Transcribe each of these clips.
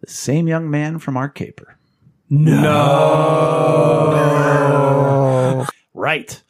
the same young man from our caper. No. Right.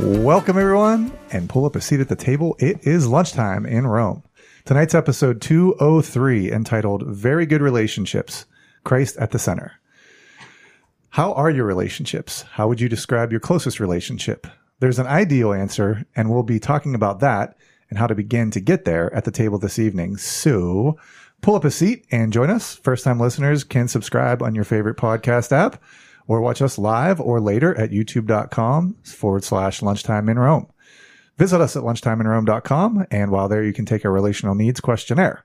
Welcome, everyone, and pull up a seat at the table. It is lunchtime in Rome. Tonight's episode 203, entitled Very Good Relationships Christ at the Center. How are your relationships? How would you describe your closest relationship? There's an ideal answer, and we'll be talking about that and how to begin to get there at the table this evening. So pull up a seat and join us. First time listeners can subscribe on your favorite podcast app or watch us live or later at youtube.com forward slash lunchtime in Rome. Visit us at lunchtimeinrome.com, and while there, you can take our relational needs questionnaire.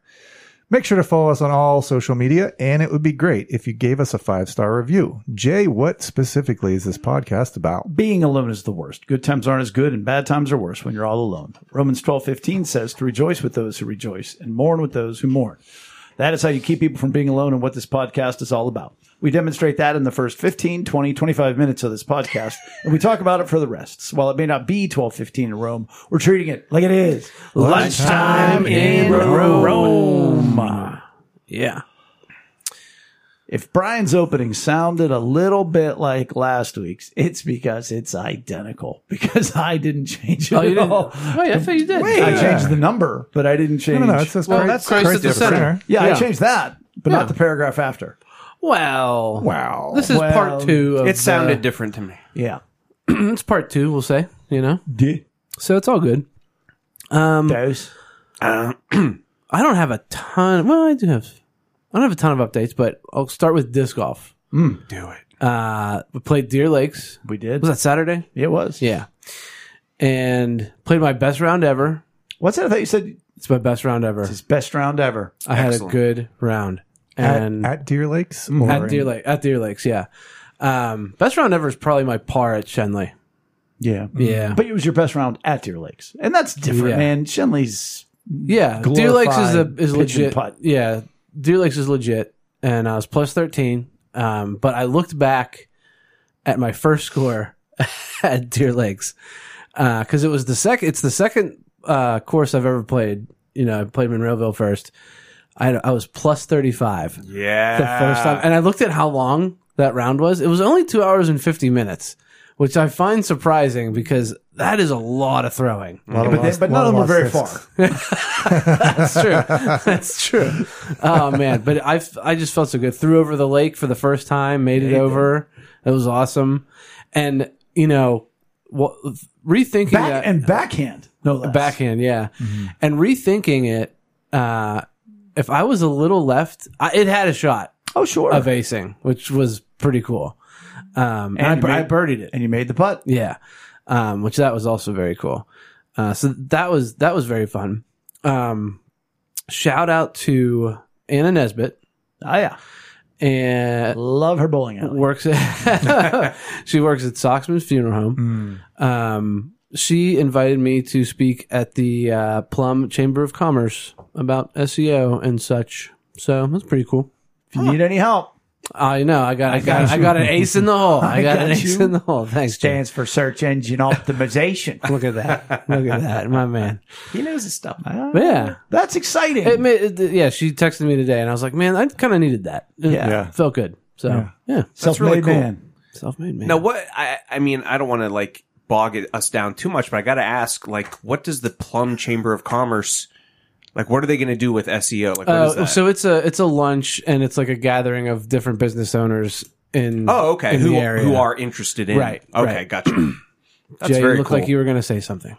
Make sure to follow us on all social media, and it would be great if you gave us a five star review. Jay, what specifically is this podcast about? Being alone is the worst. Good times aren't as good, and bad times are worse when you're all alone. Romans twelve fifteen says to rejoice with those who rejoice and mourn with those who mourn. That is how you keep people from being alone and what this podcast is all about. We demonstrate that in the first 15, 20, 25 minutes of this podcast, and we talk about it for the rest. So while it may not be 12:15 in Rome, we're treating it like it is. Lunchtime in Rome. Yeah. If Brian's opening sounded a little bit like last week's, it's because it's identical because I didn't change it Oh, you at didn't? all. Wait, I thought you did. I changed the number, but I didn't change. No, no, no, it's this Well, Christ- that's Christ at the center. yeah, Yeah. I changed that, but Yeah. not the paragraph after. Well, Wow. this is Well, part two. Of It sounded the- different to me. Yeah. it's part two. We'll say, you know, D- so it's all good. Um, Dose. I don't have a ton. Well, I do have. I don't have a ton of updates, but I'll start with disc golf. Do it. Uh, we played Deer Lakes. We did. Was that Saturday? It was. Yeah, and played my best round ever. What's that? I thought you said It's my best round ever. his best round ever. I had a Excellent. good round. at, And at Deer Lakes? Mm-hmm. or At in- Deer Lake, at Deer Lakes, yeah. Um, best round ever is probably my par at Shenley. Yeah. Yeah, But it was your best round at Deer Lakes, and that's different, Yeah. man. Shenley's. yeah. Deer Lakes is a glorified is pigeon legit. putt. Yeah, Deer Lakes is legit, and uh, I was plus thirteen. Um, but I looked back at my first score at Deer Lakes because it was the second. It's the second uh, course I've ever played. You know, I played Monroeville first. I had, I was plus thirty five. Yeah. the first time. And I looked at how long that round was. It was only two hours and 50 minutes, which I find surprising because that is a lot of throwing. A lot of But, they, lost- but lot none of them were lost very discs. far. That's true. That's true. Oh, man. But I, I just felt so good. Threw over the lake for the first time, made it over. It was awesome. And, you know, well, rethinking Back that. and backhand. No less. Mm-hmm. backhand, yeah. And rethinking it, uh, if I was a little left, I, it had a shot Oh sure. of acing, which was pretty cool. Um, and, And I, I made- birdied it. and you made the putt. Yeah, um, which that was also very cool. Uh, so that was that was very fun. Um, shout out to Anna Nesbitt Oh yeah. and Love her bowling alley. works at she works at Soxman's Funeral Home. Um, she invited me to speak at the uh, Plum Chamber of Commerce about SEO and such. So that's pretty cool. If you need any help, I know I got I got, got I you. got an ace in the hole. I, I got, got an ace you. in the hole. Thanks, James. stands for search engine optimization. Look at that. Look at that, my man. he knows his stuff. Yeah. That's exciting. It, ma- it, yeah, she texted me today, and I was like, man, I kind of needed that. It Yeah. Yeah. Felt good. So, yeah. Self-made really cool. man. Self-made man. Now, what? I, I mean, I don't want to like bog it, us down too much, but I got to ask, like, what does the Plum Chamber of Commerce, like, what are they going to do with SEO? Like, what is Uh, that? so it's a it's a lunch, and it's like a gathering of different business owners in oh, okay. in Who the area. who are interested in? Right, Okay, right. gotcha. That's Jay, very you looked cool. like you were going to say something.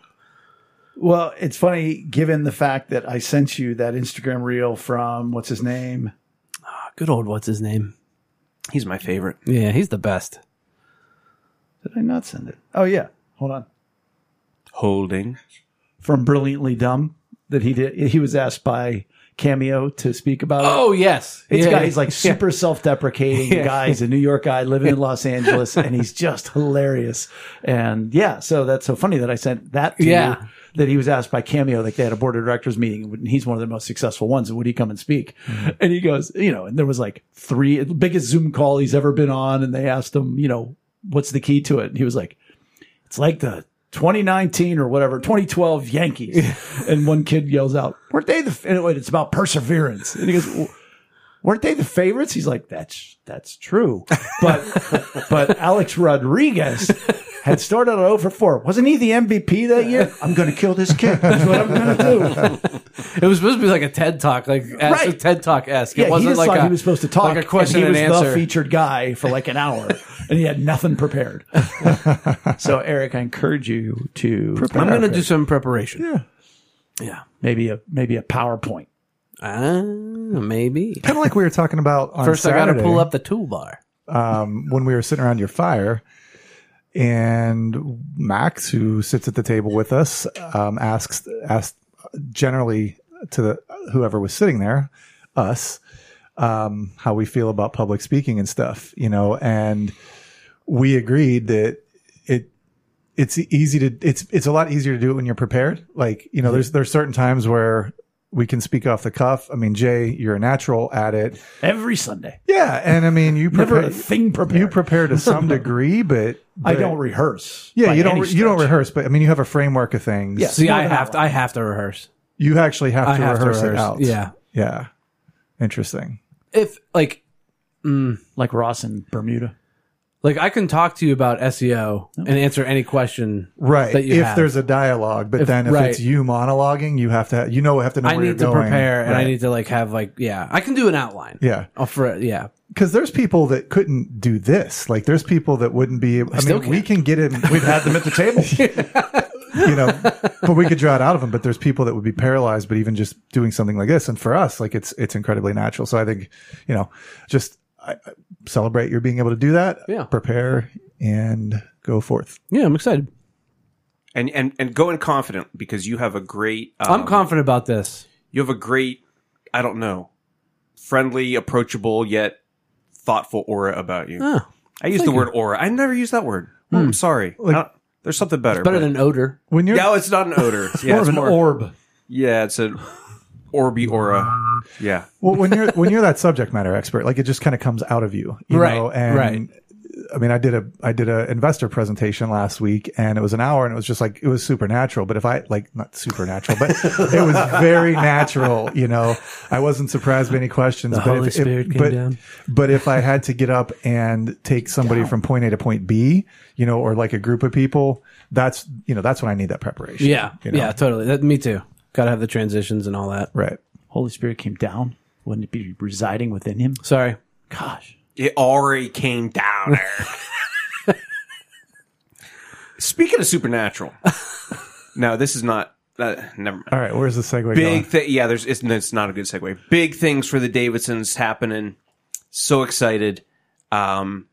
Well, it's funny given the fact that I sent you that Instagram reel from what's his name? Good old what's his name? He's my favorite. Yeah, he's the best. Did I not send it? Oh yeah. Hold on. Holding. From Brilliantly Dumb that he did he was asked by cameo to speak about it. Oh yes, It's Yeah. got he's like super self-deprecating Yeah. guy. He's a New York guy living in Los Angeles, and he's just hilarious. And yeah, so that's so funny that I sent that to Yeah. you. That he was asked by Cameo, like they had a board of directors meeting, and he's one of their most successful ones. And would he come and speak? Mm-hmm. And he goes, you know, and there was like three biggest Zoom call he's ever been on, and they asked him, you know, what's the key to it? And he was like, it's like the 2019 or whatever, 2012 Yankees. and one kid yells out, weren't they the, and wait, it's about perseverance. And he goes, "W- weren't they the favorites? He's like, that's, that's true. But, but Alex Rodriguez had started out 0 for 4. Wasn't he the MVP that year? I'm going to kill this kid. That's what I'm going to do. It was supposed to be like a TED talk, like as- Right. TED talk esque. Yeah, it he wasn't just like thought a, he was supposed to talk. like a question and and, he was answer. the featured guy for like an hour, and he had nothing prepared. so, Eric, I encourage you to I'm going to prepare. do some preparation. Yeah, maybe a maybe a PowerPoint. Ah, maybe. Kind of like we were talking about on First, I got to Saturday. pull up the toolbar. um, when we were sitting around your fire. And Max, who sits at the table with us, um, asks asked generally to the, whoever was sitting there, us, um, how we feel about public speaking and stuff, you know, and we agreed that it it's easy to it's it's a lot easier to do it when you're prepared. Like you know, there's there's certain times where we can speak off the cuff. I mean, Jay, you're a natural at it. every Sunday. Yeah, and I mean, you Never prepare a thing prepared. you prepare to some degree, but, I but- don't rehearse. Yeah, by you don't. any Re- you don't stretch. rehearse, but I mean, you have a framework of things. Yeah. See, More I than have that to, I have to rehearse. you actually have, I to, have rehearse to rehearse. it out. Yeah. yeah. Interesting. If like like Ross in Bermuda. like I can talk to you about SEO and answer any question. Right. That you If have. there's a dialogue, but then if right. it's you monologuing, you have to. You know, have to know I where need to you're going. prepare and I Right. need to like have like yeah, I can do an outline. Yeah, Oh, for yeah. because there's people that couldn't do this. Like there's people that wouldn't be. I, mean, still we can get in. We've had them at the table. you know, but we could draw it out of them. But there's people that would be paralyzed. But even just doing something like this, and for us, like it's it's incredibly natural. So I think, you know, just I, I celebrate your being able to do that. Yeah. Prepare and go forth. Yeah, I'm excited. and and and go in confident because you have a great. Um, I'm confident about this. You have a great. I don't know, friendly, approachable yet thoughtful aura about you. Oh, I use the word aura. I never use that word. Well, I'm sorry. I don't- there's something better. Hmm. better but- than odor. When you're No, oh, it's not an odor. yeah, More of it's an more, orb. yeah, it's an orby aura. Yeah. well, when you're when you're that subject matter expert, like it just kind of comes out of you, you Right, Know? And right. I mean, I did a I did a investor presentation last week, and it was an hour, and it was just like it was supernatural. But if I like not supernatural, but it was very natural. You know, I wasn't surprised by any questions. but Holy if, Spirit if, came but, down. But if I had to get up and take somebody from point A to point B, you know, or like a group of people, that's you know that's when I need that preparation. Yeah. you know? Yeah, totally. That, me too. Got to have the transitions and all that. right. Holy Spirit came down. Wouldn't it be residing within him? Sorry. Gosh. It already came down there. Speaking of supernatural, no, this is not. Uh, never mind. All right. Where's the segue? Big going? thing. Yeah, there's. It's, it's not a good segue. Big things for the Davidsons happening. So excited. Um,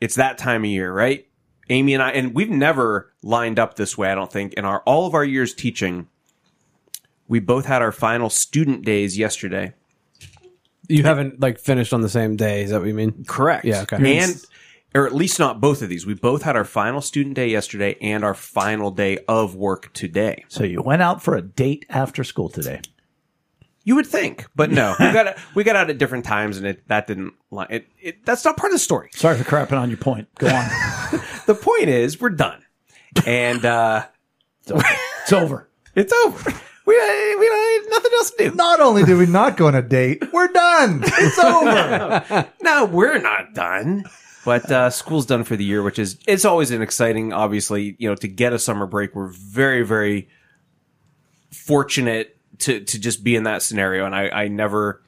it's that time of year, right? Amy and I, and we've never lined up this way. I don't think in our all of our years teaching. We both had our final student days yesterday. You haven't like finished on the same day, is that what you mean? Correct. Yeah, okay. And or at least not both of these. We both had our final student day yesterday and our final day of work today. So you went out for a date after school today. You would think, but no. we got we got out at different times and it that didn't line it, it that's not part of the story. Sorry for crapping on your point. Go on. The point is we're done. And uh It's over. it's over. We we don't have nothing else to do. Not only did we not go on a date, we're done. It's over. No, we're not done. But uh, school's done for the year, which is it's always an exciting, obviously, you know, to get a summer break. We're very, very fortunate to to just be in that scenario, and I, I never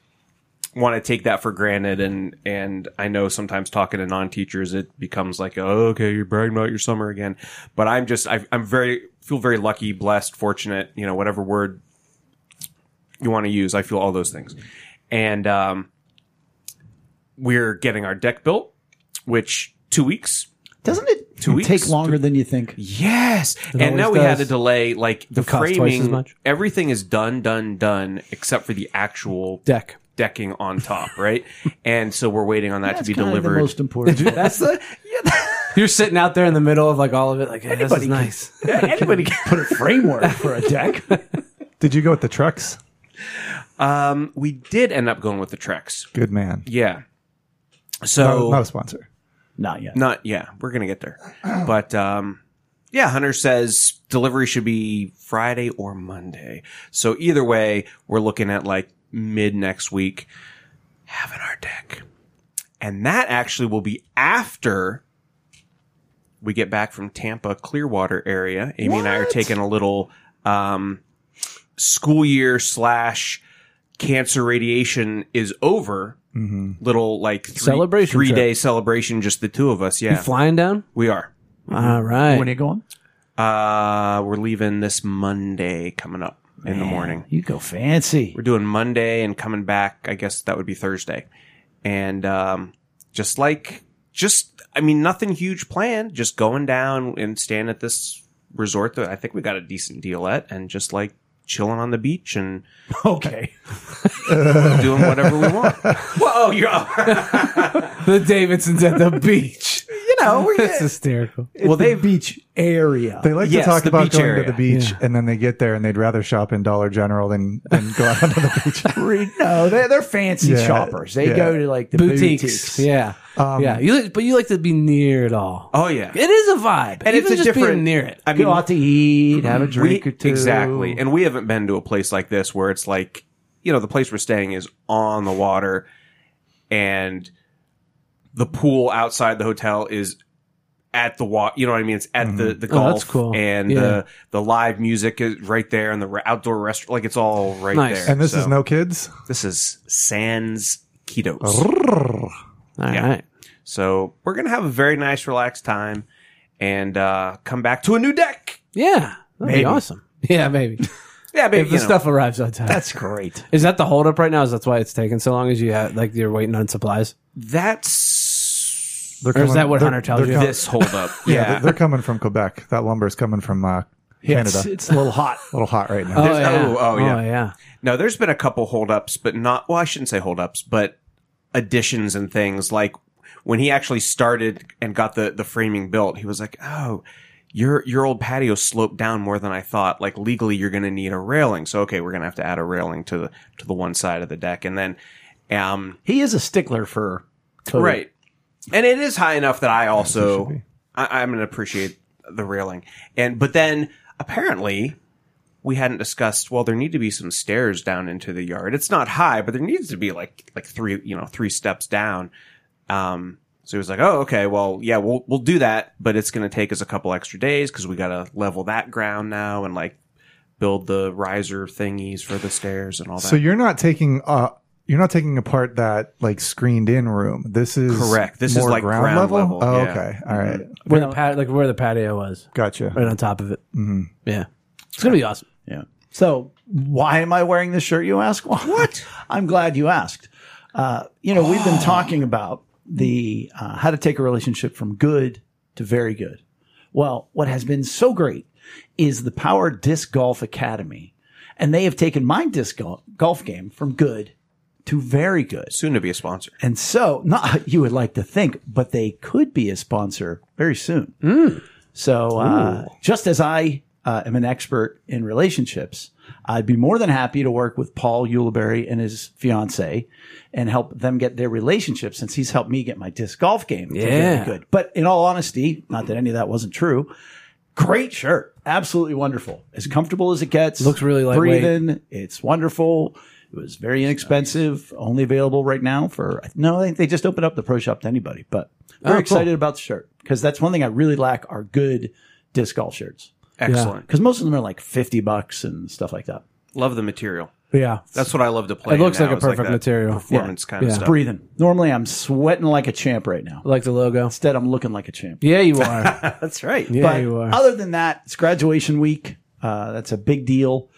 want to take that for granted. And and I know sometimes talking to non teachers, it becomes like, oh, okay, you're bragging about your summer again. But I'm just, I, I'm very feel very lucky, blessed, fortunate, you know, whatever word you want to use. I feel all those things, and um, we're getting our deck built, which two weeks. Doesn't it two weeks. Take longer than you think. Yes, and now always we had does. a delay. Like the cost twice as framing, much. everything is done, done, done, except for the actual Deck. decking on top, right? and so we're waiting on that That's to be kind of the delivered. most important. That's the. You're sitting out there in the middle of like all of it, like hey, this Anybody is can- nice. Anybody can put a framework for a deck. Did you go with the trucks? um, we did end up going with the Trex. Good man. Yeah. No, So not a sponsor. Not yet. Not yeah, we're gonna get there. But um yeah, Hunter says delivery should be Friday or Monday. So either way, we're looking at like mid next week having our deck. And that actually will be after we get back from Tampa Clearwater area. Amy and I are taking a little um school year slash cancer radiation is over Mm-hmm. little like three, Celebration three trip. day celebration just the two of us yeah Flying down. we are All right. When are you going? uh we're leaving this monday coming up in the morning You go fancy. we're doing monday and coming back i guess that would be thursday and um just like just i mean nothing huge planned just going down and staying at this resort that i think we got a decent deal at and just like chilling on the beach and Okay. doing whatever we want whoa you're the Davidsons at the beach. you know oh, we're That's hysterical. Well, they beach area. They like Yes, to talk the about beach going area. to the beach, and then they get there and they'd rather shop in Dollar General than, than go out onto the beach. Re- no, they're, they're fancy Yeah, shoppers. They yeah. go to like the boutiques. Boutiques. Yeah. Um, yeah. You like, but you like to be near it all. oh yeah It is a vibe. And Even it's a just different- being near it. I mean, Go out to eat, have a drink we- or two. Exactly. And we haven't been to a place like this where it's like, you know, the place we're staying is on the water and the pool outside the hotel is at the water. You know what I mean? It's at the, the golf. Mm-hmm. Oh, that's cool. And Yeah. the, the live music is right there and the re- outdoor restaurant. Like it's all right Nice. there. And this So, is no kids. This is Sans Quitos. All right. Yeah. So we're going to have a very nice, relaxed time and uh, come back to a new deck. Yeah. That'd Maybe. be awesome. Yeah, maybe. Yeah, baby. if the stuff arrives on time. That's great. is that the holdup right now? Is that's why it's taking so long? Is you have, like you're waiting on supplies? that's They're Or is that what they're- Hunter tells they're you? com- this holdup. yeah, they're- they're coming from Quebec. That lumber's coming from uh, Yeah, it's, Canada. it's a little hot. a little hot right now. Oh There's- yeah. oh, oh, yeah. Oh yeah. No, there's been a couple holdups, but not. Well, I shouldn't say holdups, but additions and things like when he actually started and got the the framing built. He was like, "Oh, your your old patio sloped down more than I thought. Like legally, you're going to need a railing. So okay, we're going to have to add a railing to the to the one side of the deck, and then um He is a stickler for code. right, and it is high enough that I should also be. I, I'm going to appreciate the railing, and but then apparently we hadn't discussed well there need to be some stairs down into the yard it's not high but there needs to be like like three you know three steps down um so he was like oh okay well yeah we'll we'll do that but it's going to take us a couple extra days cuz we got to level that ground now and like build the riser thingies for the stairs and all that So you're not taking uh you're not taking apart that like screened in room. This is Correct. This is more like ground level, Oh, yeah. Mm-hmm. okay. All right. Where the pat- like where the patio was, Gotcha. right on top of it. Mm-hmm. Yeah. It's gonna be awesome. Yeah. So why am I wearing this shirt? You ask. What? I'm glad you asked. Uh, you know, we've been talking about the uh, how to take a relationship from good to very good. Well, what has been so great is the Power Disc Golf Academy, and they have taken my disc gol- golf game from good to very good. soon to be a sponsor And so, not you would like to think, but they could be a sponsor very soon. Mm. So, uh, just as I uh, am an expert in relationships, I'd be more than happy to work with Paul Uliberry and his fiance and help them get their relationship since he's helped me get my disc golf game to Yeah. really good. But in all honesty, not that any of that wasn't true, great shirt. Absolutely wonderful. As comfortable as it gets. Looks really lightweight. Breathing. It's wonderful. It was very inexpensive. Only available right now for no. I think they just opened up the pro shop to anybody. But very Oh, cool. excited about the shirt because that's one thing I really lack are good disc golf shirts excellent because most of them are like fifty bucks and stuff like that. love the material Yeah. That's what I love to play. It looks in like now, a is perfect that material. performance kind Yeah. of stuff. Breathing. Normally I'm sweating like a champ right now. like the logo. Instead I'm looking like a champ. Yeah, you are. That's right. Yeah, But you are. other than that, it's graduation week. Uh, that's a big deal.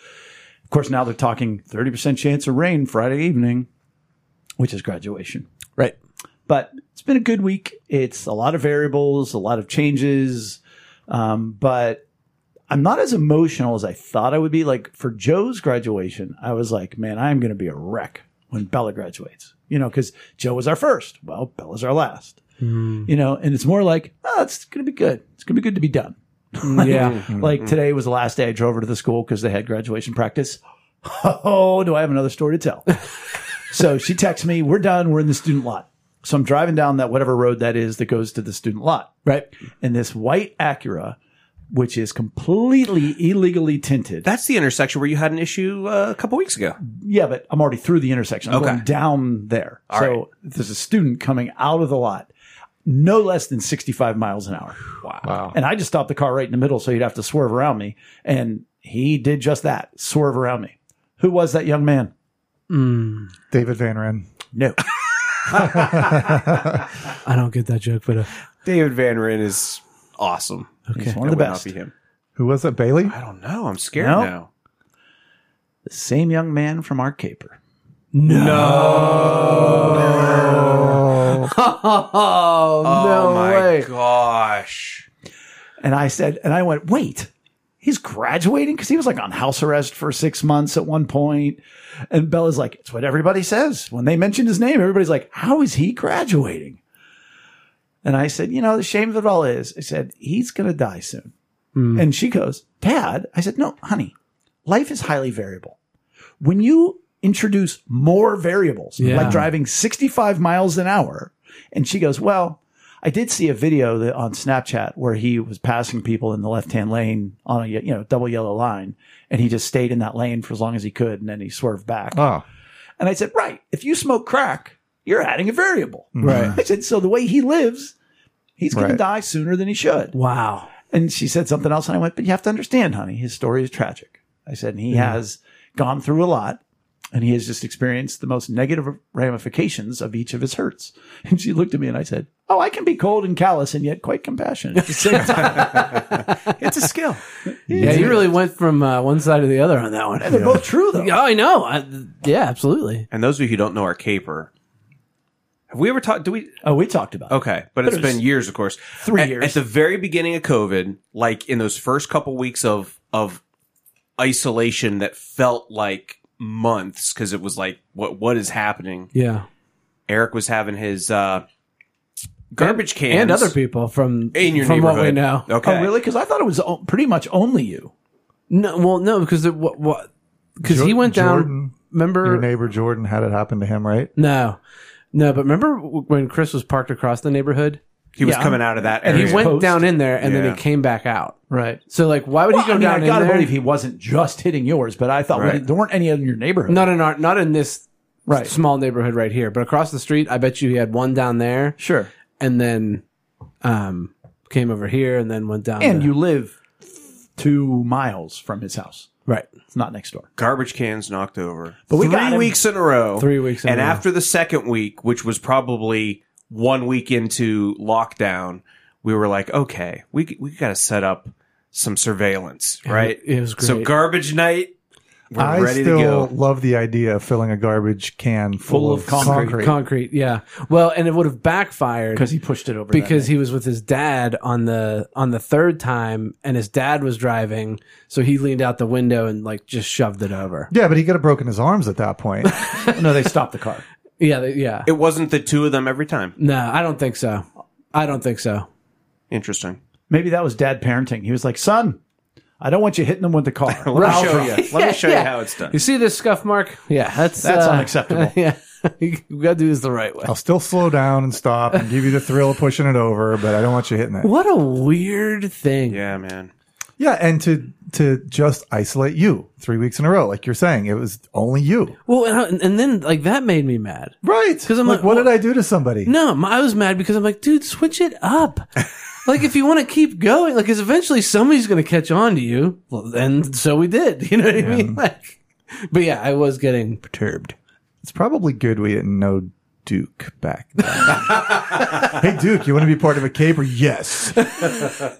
Of course, now they're talking 30% chance of rain Friday evening, which is graduation. right. But it's been a good week. It's a lot of variables, a lot of changes. Um, but I'm not as emotional as I thought I would be. Like for Joe's graduation, I was like, man, I'm going to be a wreck when Bella graduates, you know, because Joe was our first. Well, Bella's our last, you know, and it's more like, oh, it's going to be good. It's going to be good to be done. Yeah. Like today was the last day I drove her to the school because they had graduation practice. Oh, do I have another story to tell? so she texts me, We're done. We're in the student lot. So I'm driving down that whatever road that is that goes to the student lot. Right. And this white Acura, which is completely illegally tinted. That's the intersection where you had an issue uh, a couple weeks ago. yeah, but I'm already through the intersection. I'm Okay. going down there. so right. there's a student coming out of the lot, no less than 65 miles an hour. Wow. And I just stopped the car right in the middle so he'd have to swerve around me. And he did just that swerve around me. Who was that young man? David Van Ren. No. I don't get that joke, but uh, David Van Ren is awesome. He's one It of would the not best. be him. Who was it? Bailey? I don't know. I'm scared No. now. The same young man from our caper. oh, no way. gosh. And I said, and I went, wait, he's graduating? Because he was like on house arrest for six months at one point. And Bella's like, it's what everybody says. When they mention his name, everybody's like, how is he graduating? And I said, you know, the shame of it all is, I said, he's going to die soon. And she goes, Dad, I said, no, honey, life is highly variable. When you introduce more variables, Yeah. like driving 65 miles an hour, and she goes, well, I did see a video that on Snapchat where he was passing people in the left hand lane on a you know double yellow line, and he just stayed in that lane for as long as he could, and then he swerved back. Oh, And I said, right, if you smoke crack, you're adding a variable. Mm-hmm. Right. I said, so the way he lives, he's going Right. to die sooner than he should. Wow. And she said something else, and I went, but you have to understand, honey, his story is tragic. I said, and he Mm-hmm. has gone through a lot. And he has just experienced the most negative ramifications of each of his hurts. And she looked at me and I said, Oh, I can be cold and callous and yet quite compassionate at the same time. It's a skill. Yeah, you really went from uh, one side to the other on that And they're one. both true, though. Yeah, I know. I, yeah, absolutely. and those of you who don't know our caper, have we ever talked? Do we? Oh, we talked about it. Okay, but, it's it was been years, of course. three At- years. At the very beginning of COVID, like in those first couple weeks of of isolation, that felt like months because it was like, what what is happening? Yeah, Eric was having his uh, garbage cans and other people from in your from neighborhood. what we know. Okay, Oh, really? Because I thought it was o- pretty much only you. No, well, no, because it, what what because he Jor- went down. Jordan, your remember? neighbor Jordan had it happen to him, right? No, no, but remember w- when Chris was parked across the neighborhood? He was Yeah. coming out of that And area. he went Post. down in there, and then Yeah. he came back out. Right. So like, why would Well, he go I mean, down I in gotta there? believe he wasn't just hitting yours, but I thought we Right. didn't- there weren't any in your neighborhood. not in our, not in this Right. small neighborhood right here, but across the street. I bet you he had one down there, Sure. and then um came over here, and then went down. And there. you live two miles from his house. right? It's not next door. garbage cans knocked over. But we three got him. weeks in a row. Three weeks in and a row. after the second week, which was probably one week into lockdown, we were like, okay, we we got to set up some surveillance, right? it was So great. garbage night, we're I ready still to go. love the idea of filling a garbage can full, Full of, of concrete. concrete. Concrete, yeah. Well, and it would have backfired Because he pushed it over. that because day. he was with his dad on the on the third time and his dad was driving so he leaned out the window and like just shoved it over Yeah, but he could have broken his arms at that point. no, they stopped the car. yeah they- yeah It wasn't the two of them every time. no i don't think so i don't think so Interesting. Maybe that was dad parenting. He was like, "Son, I don't want you hitting them with the car." Let me show you. Let me show you Yeah. how it's done. you see this scuff mark yeah that's That's uh, unacceptable. yeah we gotta do this the right way I'll still slow down and stop and give you the thrill of pushing it over, but I don't want you hitting it. what a weird thing yeah, man. Yeah, and to to just isolate you three weeks in a row, like you're saying, it was only you, well and, and then like that made me mad right? Because I'm like, what well- did I do to somebody? No, my- I was mad because I'm like, dude, switch it up. like, if you want to keep going, like, because eventually somebody's going to catch on to you. Well, and so we did. You know what I mean? Like, but yeah, I was getting perturbed. It's probably good we didn't know Duke back then. hey, Duke, you want to be part of a caper? Yes,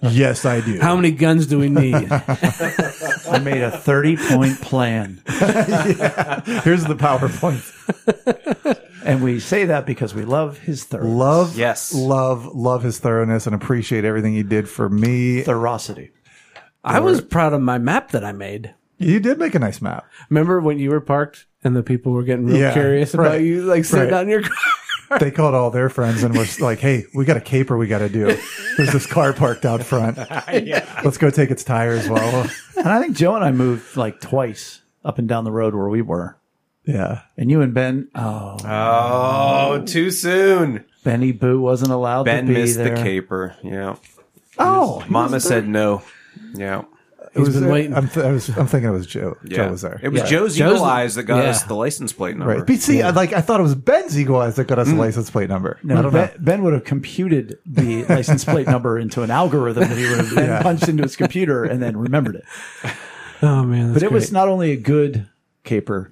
yes, I do. How many guns do we need? I made a thirty-point plan. Here's the PowerPoint. And we say that because we love his third. Love, Yes. love, love his thoroughness and appreciate everything he did for me. Thorosity. I was proud of my map that I made. you did make a nice map. Remember when you were parked and the people were getting real Yeah, curious right, about you, like sitting right. out in your car? They called all their friends and was like, "Hey, we got a caper we got to do. There's this car parked out front. Let's go take its tires." Well, And I think Joe and I moved like twice up and down the road where we were. yeah, And you and Ben, oh, Oh, too soon. Benny Boo wasn't allowed Ben to be missed there. the caper. Yeah. Oh, he Mama wasn't said no. Yeah. it was. uh, been waiting. I'm, th- I was. I'm thinking it was Joe. Yeah. Joe was there. It was Yeah. Joe's Joe's eagle the- eyes that got yeah. us the license plate number. Right. But see, I, like I thought it was Ben's Eagle Eyes that got Mm. us the license plate number. No, ben, ben would have computed the license plate number into an algorithm that he would have then punched into his computer and then remembered it. Oh man, But it was not only a good caper,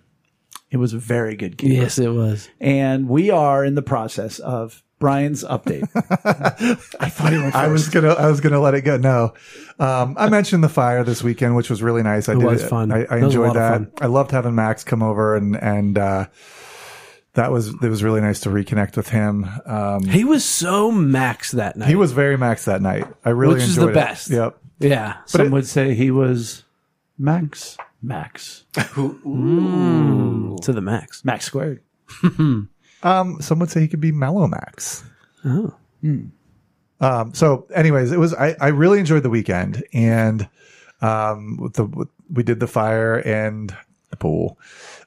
it was a very good caper. yes, it was. And we are in the process of Brian's update. I thought he went I first. was gonna I was gonna let it go. No, um, I mentioned the fire this weekend, which was really nice. I did was fun. I, That I was a enjoyed lot of that. fun. I loved having Max come over, and and uh, that was it was really nice to reconnect with him. Um, He was so max that night. he was very Max that night. I really Which is the enjoyed it. best. Yep. yeah, Some would say he was Max. Max. to the max. Max squared. Um, some would say he could be Mallow Max. Oh. Um, so, anyways, it was I, I really enjoyed the weekend, and um, with the with, we did the fire and the pool.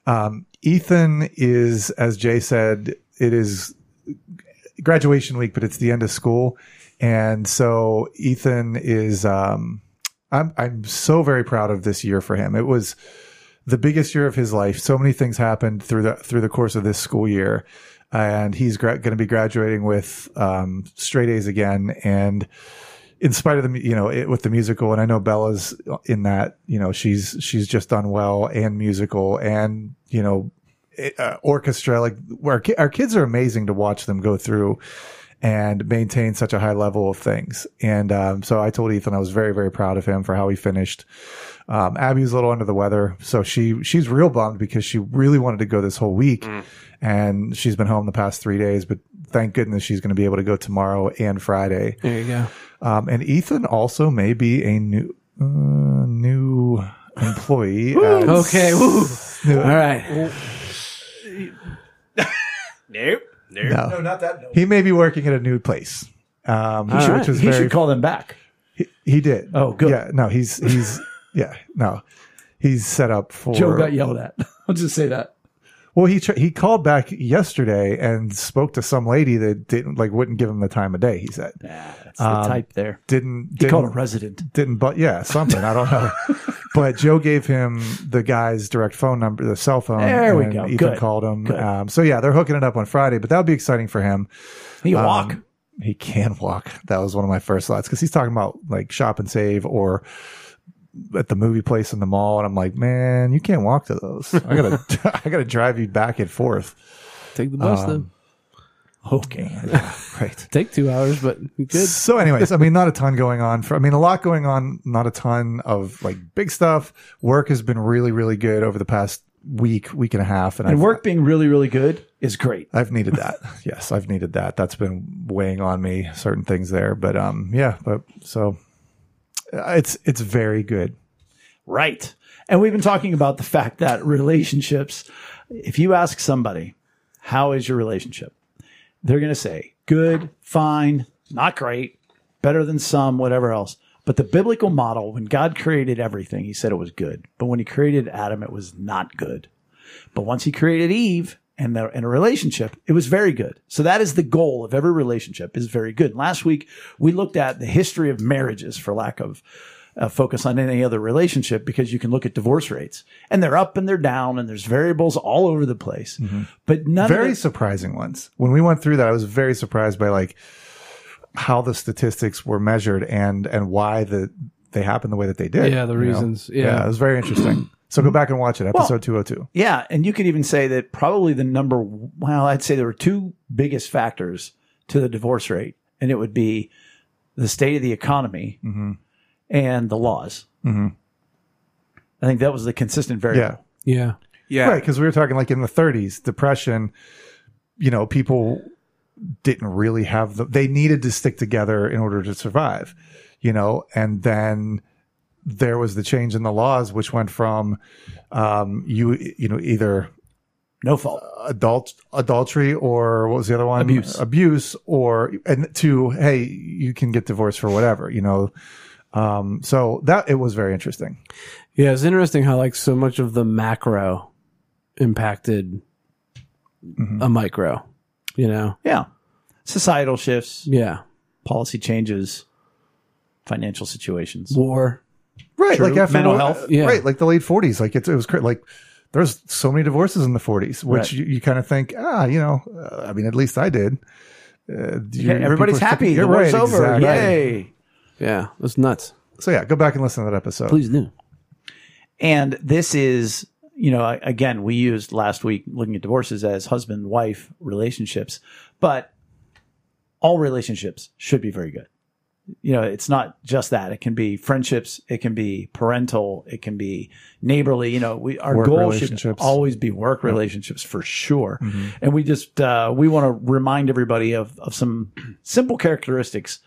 Um, Ethan is, as Jay said, it is graduation week, but it's the end of school, and so Ethan is. Um, I'm I'm so very proud of this year for him. It was the biggest year of his life. So many things happened through the through the course of this school year, and he's gra- going to be graduating with um, straight A's again. And in spite of the mu- you know it, with the musical, and I know Bella's in that you know she's she's just done well and musical and you know it, uh, orchestra like our ki- our kids are amazing to watch them go through. And maintain such a high level of things, and um, so I told Ethan I was very, very proud of him for how he finished. Um, Abby was a little under the weather, so she she's real bummed because she really wanted to go this whole week, and she's been home the past three days. But thank goodness she's going to be able to go tomorrow and Friday. There you go. Um, and Ethan also may be a new uh, new employee. at- Okay. Woo. All right. Nope. Nope. no. not that. He may be working at a new place. Um, which right. is He very should call them back. He, he did. Oh, good. Yeah. No, he's he's yeah. No, he's set up for. Joe got yelled at. I'll just say that. Well, he tr- he called back yesterday and spoke to some lady that didn't like wouldn't give him the time of day. He said That's the type there. didn't He didn't, called a resident. didn't but yeah something I don't know. but Joe gave him the guy's direct phone number, the cell phone. There we and go. Ethan Good. called him. Good. Um, so yeah, they're hooking it up on Friday, but that would be exciting for him. He walk. Um, he can walk. That was one of my first thoughts because he's talking about like shop and save or at the movie place in the mall, and I'm like, man, you can't walk to those. I gotta I gotta drive you back and forth. Take the bus Um, then. okay. Right. Take two hours, but you could. So, anyways, I mean, not a ton going on. For I mean, a lot going on. Not a ton of like big stuff. Work has been really, really good over the past week, week and a half, and, And I've, work being really, really good is great. I've needed that. yes, I've needed that. That's been weighing on me certain things there, but um, yeah, but so uh, it's it's very good. Right. And we've been talking about the fact that relationships, if you ask somebody, how is your relationship? They're going to say good, fine, not great, better than some, whatever else. But the biblical model, when God created everything, he said it was good. But when he created Adam, it was not good. But once he created Eve and the, and a relationship, it was very good. So that is the goal of every relationship is very good. Last week we looked at the history of marriages for lack of uh, focus on any other relationship because you can look at divorce rates and they're up and they're down and there's variables all over the place. But none Very of it, surprising ones. When we went through that, I was very surprised by like how the statistics were measured and and why the they happened the way that they did. Yeah, the you know? reasons. Yeah. yeah, it was very interesting. So go back and watch it, episode two hundred two. yeah, and you could even say that probably the number well, I'd say there were two biggest factors to the divorce rate and it would be the state of the economy Mm-hmm. and the laws. I think that was the consistent variable. Yeah. Yeah. Yeah. Right. Because we were talking like in the 30s, depression, you know, people didn't really have the, they needed to stick together in order to survive, you know, and then there was the change in the laws, which went from, um, you, you know, either No fault. adult adultery or what was the other one Abuse. abuse or and to hey you can get divorced for whatever you know um so that it was very interesting Yeah, it's interesting how like so much of the macro impacted Mm-hmm. a micro. You know? Yeah. Societal shifts, Yeah. policy changes, financial situations. War. right True. like after Mental uh, health, yeah. right like the late 40s like it's it was cra- like there's so many divorces in the 40s which Right. you, you kind of think ah you know uh, i mean at least i did uh, you- Everybody's people are happy. sticking- The war's over. exactly. Yay. Yeah. That's nuts. so yeah go back and listen to that episode Please do. And this is, you know, I- again, we used last week looking at divorces as husband wife relationships, but all relationships should be very good. You know, it's not just that. It can be friendships, it can be parental, it can be neighborly. You know, we our Work goal should relationships. Mm. always be work relationships for sure. Mm-hmm. And we just uh, we want to remind everybody of of some simple characteristics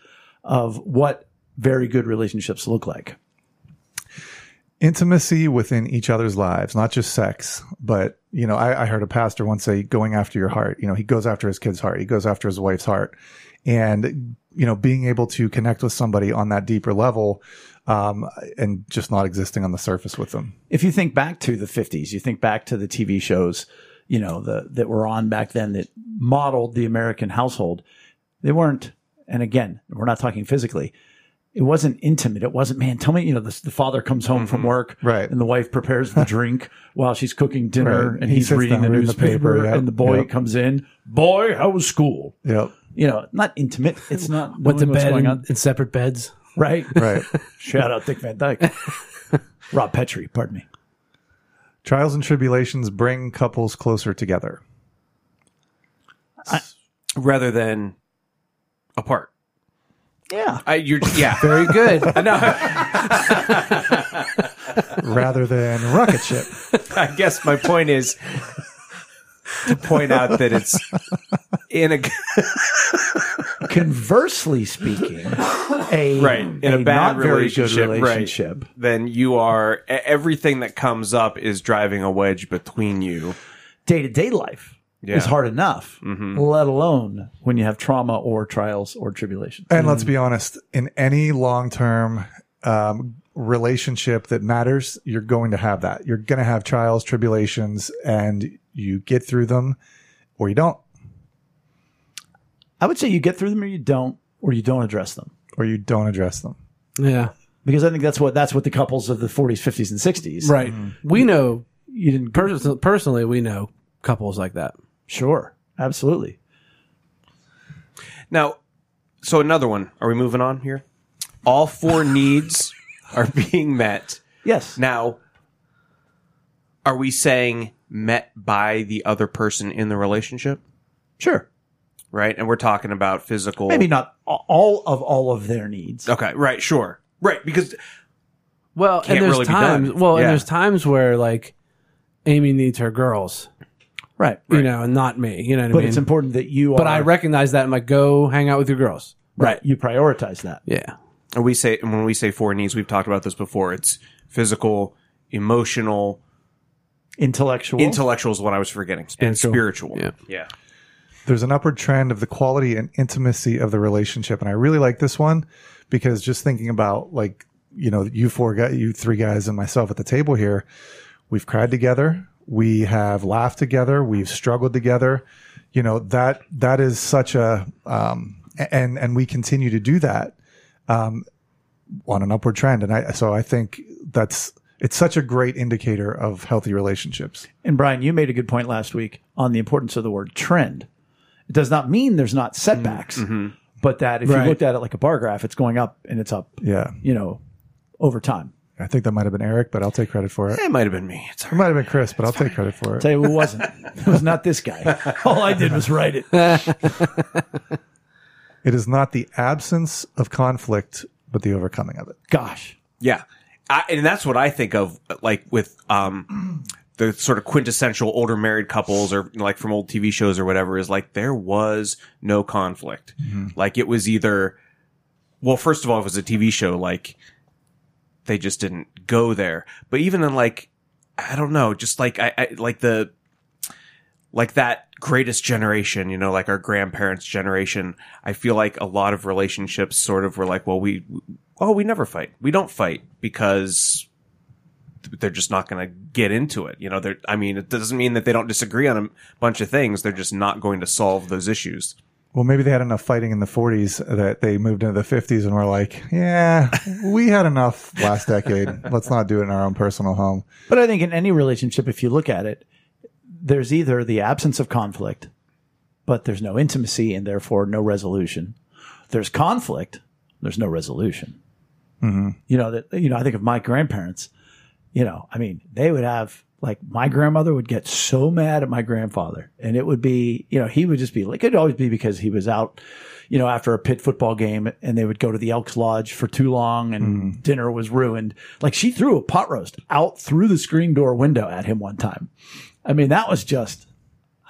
of what very good relationships look like. intimacy within each other's lives, not just sex. But, you know, I, I heard a pastor once say, going after your heart. You know, he goes after his kid's heart, he goes after his wife's heart. And, you know, being able to connect with somebody on that deeper level um, and just not existing on the surface with them. if you think back to the 50s, you think back to the TV shows, you know, the, that were on back then that modeled the American household, they weren't, and again, we're not talking physically. It wasn't intimate. It wasn't, man, tell me, you know, the, the father comes home from work Mm-hmm. Right. and the wife prepares the drink while she's cooking dinner Right. and He he's sits reading the down, reading the newspaper paper, yep, and the boy yep. comes in, boy, how was school? Yep. You know, not intimate. It's not Went to knowing what's bed going in, on. in separate beds. Right. Right. Shout out Dick Van Dyke. Rob Petrie, pardon me. Trials and tribulations bring couples closer together. rather than apart. Yeah. I, you're yeah. Very good. Rather than rocket ship. I guess my point is to point out that it's in a conversely speaking, a Right. In a not bad very good relationship, right. relationship. then you are e- everything that comes up is driving a wedge between you. Day to day life Yeah. Mm-hmm. is hard enough, let alone when you have trauma or trials or tribulations. And let's be honest, in any long term um, relationship that matters, you're going to have that. You're going to have trials, tribulations, and you get through them or you don't, I would say you get through them or you don't, or you don't address them. or you don't address them. yeah. Because I think that's what that's what the couples of the 40s, 50s, and 60s. Right. Mm-hmm. We know You didn't. pers- personally we know couples like that. Sure. Absolutely. Now, so another one. Are we moving on here? All four needs are being met. Yes. Now, are we saying met by the other person in the relationship? sure. Right? And we're talking about physical. Maybe not a- all of all of their needs. Okay, right, sure. Right, because Well, Can't and there's really be done. times well, Yeah. and there's times where like Amy needs her girls, Right. you know, and not me. You know what But I mean? it's important that you are. but I recognize that. I'm like, go hang out with your girls. right. You prioritize that. Yeah. And we say and when we say four needs, we've talked about this before. It's physical, emotional, Intellectual. intellectual is what I was forgetting, and spiritual. Yeah. yeah. There's an upward trend of the quality and intimacy of the relationship. And I really like this one because just thinking about like, you know, you four guys, you three guys and myself at the table here, we've cried together we have laughed together we've struggled together you know that that is such a um and and we continue to do that um on an upward trend and i so i think that's it's such a great indicator of healthy relationships And Brian, you made a good point last week on the importance of the word trend. It does not mean there's not setbacks, but that if Right. you looked at it like a bar graph, it's going up and it's up, yeah you know, over time. i think that might have been eric but i'll take credit for it It might have been me. It's all it might have been chris but i'll take credit for it Tell you who wasn't. it was not this guy. All I did was write it. it is not the absence of conflict but the overcoming of it Gosh. Yeah. I, and that's what I think of, like with um, the sort of quintessential older married couples or like from old TV shows or whatever is like there was no conflict. Like it was either well, first of all, if it was a TV show, like they just didn't go there. But even in like I don't know, just like I, I like the like that greatest generation, you know, like our grandparents' generation, I feel like a lot of relationships sort of were like, well, we, oh, we never fight. We don't fight because they're just not going to get into it. You know, they're, I mean, it doesn't mean that they don't disagree on a bunch of things. They're just not going to solve those issues. Well, maybe they had enough fighting in the 40s that they moved into the 50s and were like, yeah, we had enough last decade. Let's not do it in our own personal home. But I think in any relationship, if you look at it, there's either the absence of conflict, but there's no intimacy and therefore no resolution. There's conflict, there's no resolution. You know that you know. I think of my grandparents. You know, I mean, they would have like my grandmother would get so mad at my grandfather, and it would be you know he would just be like it'd always be because he was out. You know, after a pit football game, and they would go to the Elks Lodge for too long, and Mm-hmm. dinner was ruined. Like she threw a pot roast out through the screen door window at him one time. I mean, that was just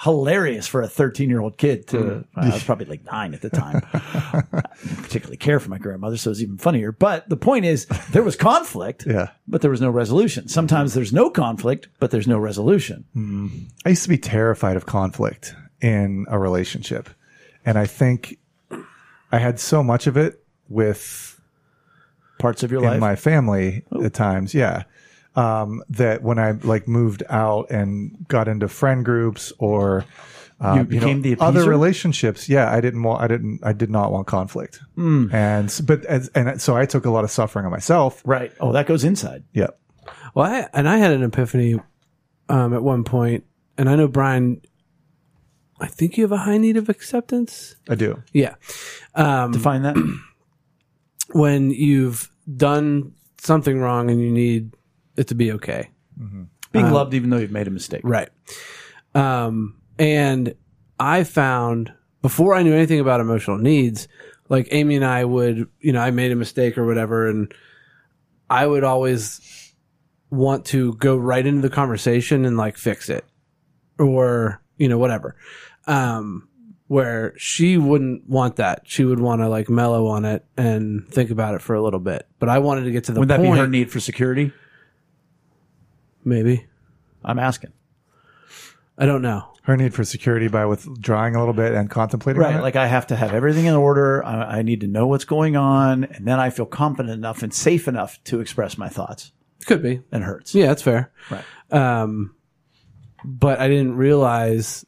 hilarious for a 13 year old kid to, Mm-hmm. I was probably like nine at the time. I didn't particularly care for my grandmother, so it was even funnier. But the point is, there was conflict, Yeah. but there was no resolution. Sometimes there's no conflict, but there's no resolution. Mm. I used to be terrified of conflict in a relationship. And I think I had so much of it with Parts of your in life. my family at times. Yeah. Um, that when I like moved out and got into friend groups or um, You became the other appeaser? relationships, yeah, I didn't want, I didn't, I did not want conflict, Hmm. and s- but as, and so I took a lot of suffering on myself. right. Oh, that goes inside. Yeah, Well, I, and I had an epiphany um, at one point, and I know Brian. I think you have a high need of acceptance. I do. Yeah, Um, Define that. when you've done something wrong and you need it to be okay. Being loved even though you've made a mistake. Right. Um, and I found before I knew anything about emotional needs, like Amy and I would, you know, I made a mistake or whatever, and I would always want to go right into the conversation and like fix it or, you know, whatever. Um, where she wouldn't want that. She would want to like mellow on it and think about it for a little bit. But I wanted to get to the Would that point. be her need for security? maybe. I'm asking. I don't know. Her need for security by withdrawing a little bit and contemplating. on Right. it. Like I have to have everything in order. I, I need to know what's going on. And then I feel confident enough and safe enough to express my thoughts Could be. and hurts. Yeah, that's fair. Right. Um, but I didn't realize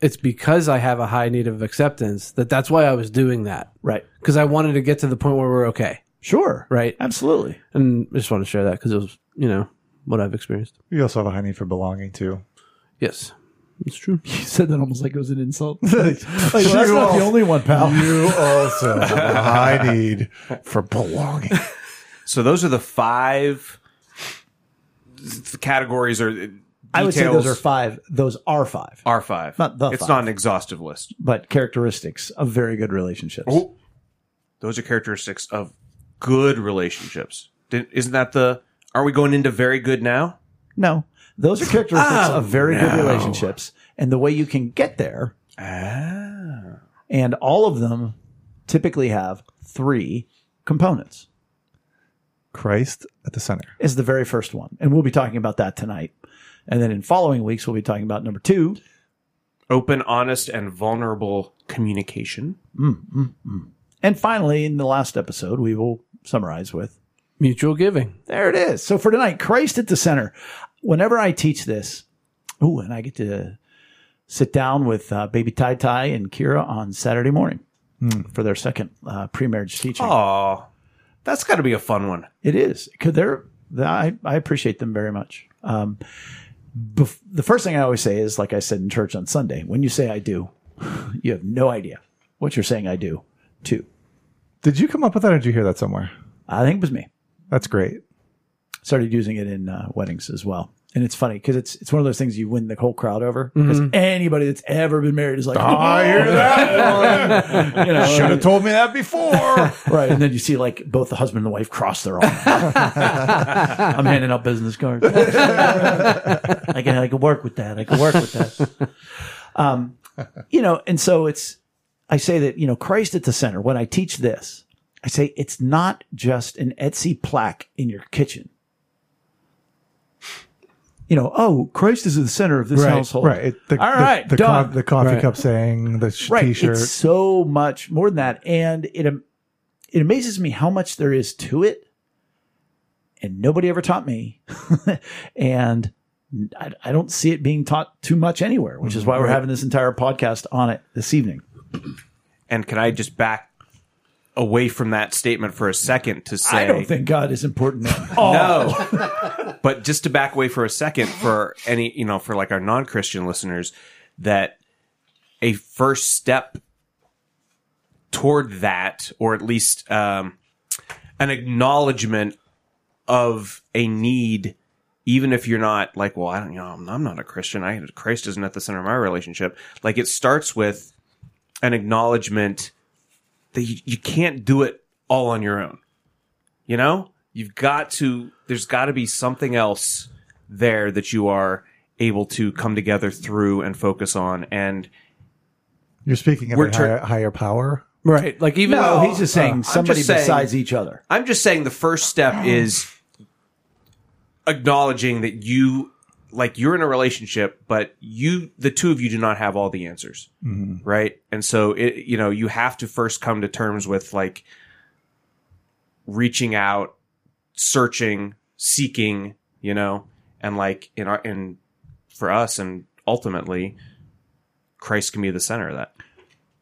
it's because I have a high need of acceptance that that's why I was doing that Right. because I wanted to get to the point where we're okay, Sure. right? Absolutely. And I just want to share that because it was, you know, what I've experienced. you also have a high need for belonging too. Yes, it's true. You said that almost like it was an insult. like, well, that's You not all- the only one, pal. You also have a high need for belonging. So those are the five th- categories or uh, details. I would say those are five. Those are five, Are five. Not the It's five. not an exhaustive list. but characteristics of very good relationships. Those are characteristics of good relationships. Didn't, isn't that the? Are we going into very good now? No, those are characteristics of very good relationships, and the way you can get there. Ah. And all of them typically have three components. Christ at the center. Is the very first one, and we'll be talking about that tonight. And then in following weeks, we'll be talking about number two. Open, honest, and vulnerable communication. And finally, in the last episode, we will summarize with Mutual giving. There it is. So for tonight, Christ at the center. Whenever I teach this, ooh, and I get to sit down with uh, baby Tai Tai and Kira on Saturday morning for their second uh, pre-marriage teaching. Oh, that's got to be a fun one. It is. Could they're, I, I appreciate them very much. Um, bef- the first thing I always say is, like I said in church on Sunday, when you say I do, you have no idea what you're saying I do to. Did you come up with that or did you hear that somewhere? I think it was me. That's great. started using it in uh, weddings as well. And it's funny because it's it's one of those things you win the whole crowd over. Because anybody that's ever been married is like, I hear that. you know, Should have told me that before. right. And then you see like both the husband and the wife cross their arms. I'm handing out business cards. I can I can work with that. I can work with that. Um, you know, and so it's I say that you know Christ at the center. When I teach this, I say it's not just an Etsy plaque in your kitchen. You know, oh, Christ is at the center of this household. Right. It, the, All the- right, The, done. co- the coffee Right. cup saying, the sh- right. t-shirt. It's so much more than that, and it am- it amazes me how much there is to it, and nobody ever taught me, and I, I don't see it being taught too much anywhere, which is why we're having this entire podcast on it this evening. And can I just back away from that statement for a second to say I don't think God is important at all. No. but just to back away for a second for any, you know, for like our non Christian listeners, that a first step toward that, or at least um, an acknowledgement of a need, even if you're not like, well, I don't, you know, I'm, I'm not a Christian. I Christ isn't at the center of my relationship. Like it starts with an acknowledgement that you, you can't do it all on your own. You know, you've got to, there's got to be something else there that you are able to come together through and focus on. And You're speaking of We're a tur- higher, higher power. Right. Like even No, though he's just saying somebody Uh, just saying- besides each other. I'm just saying the first step is acknowledging that you, like, you're in a relationship, but you, the two of you do not have all the answers. Right. And so, it, you know, you have to first come to terms with like reaching out, searching, seeking, you know, and like in our, in, for us and ultimately, Christ can be the center of that.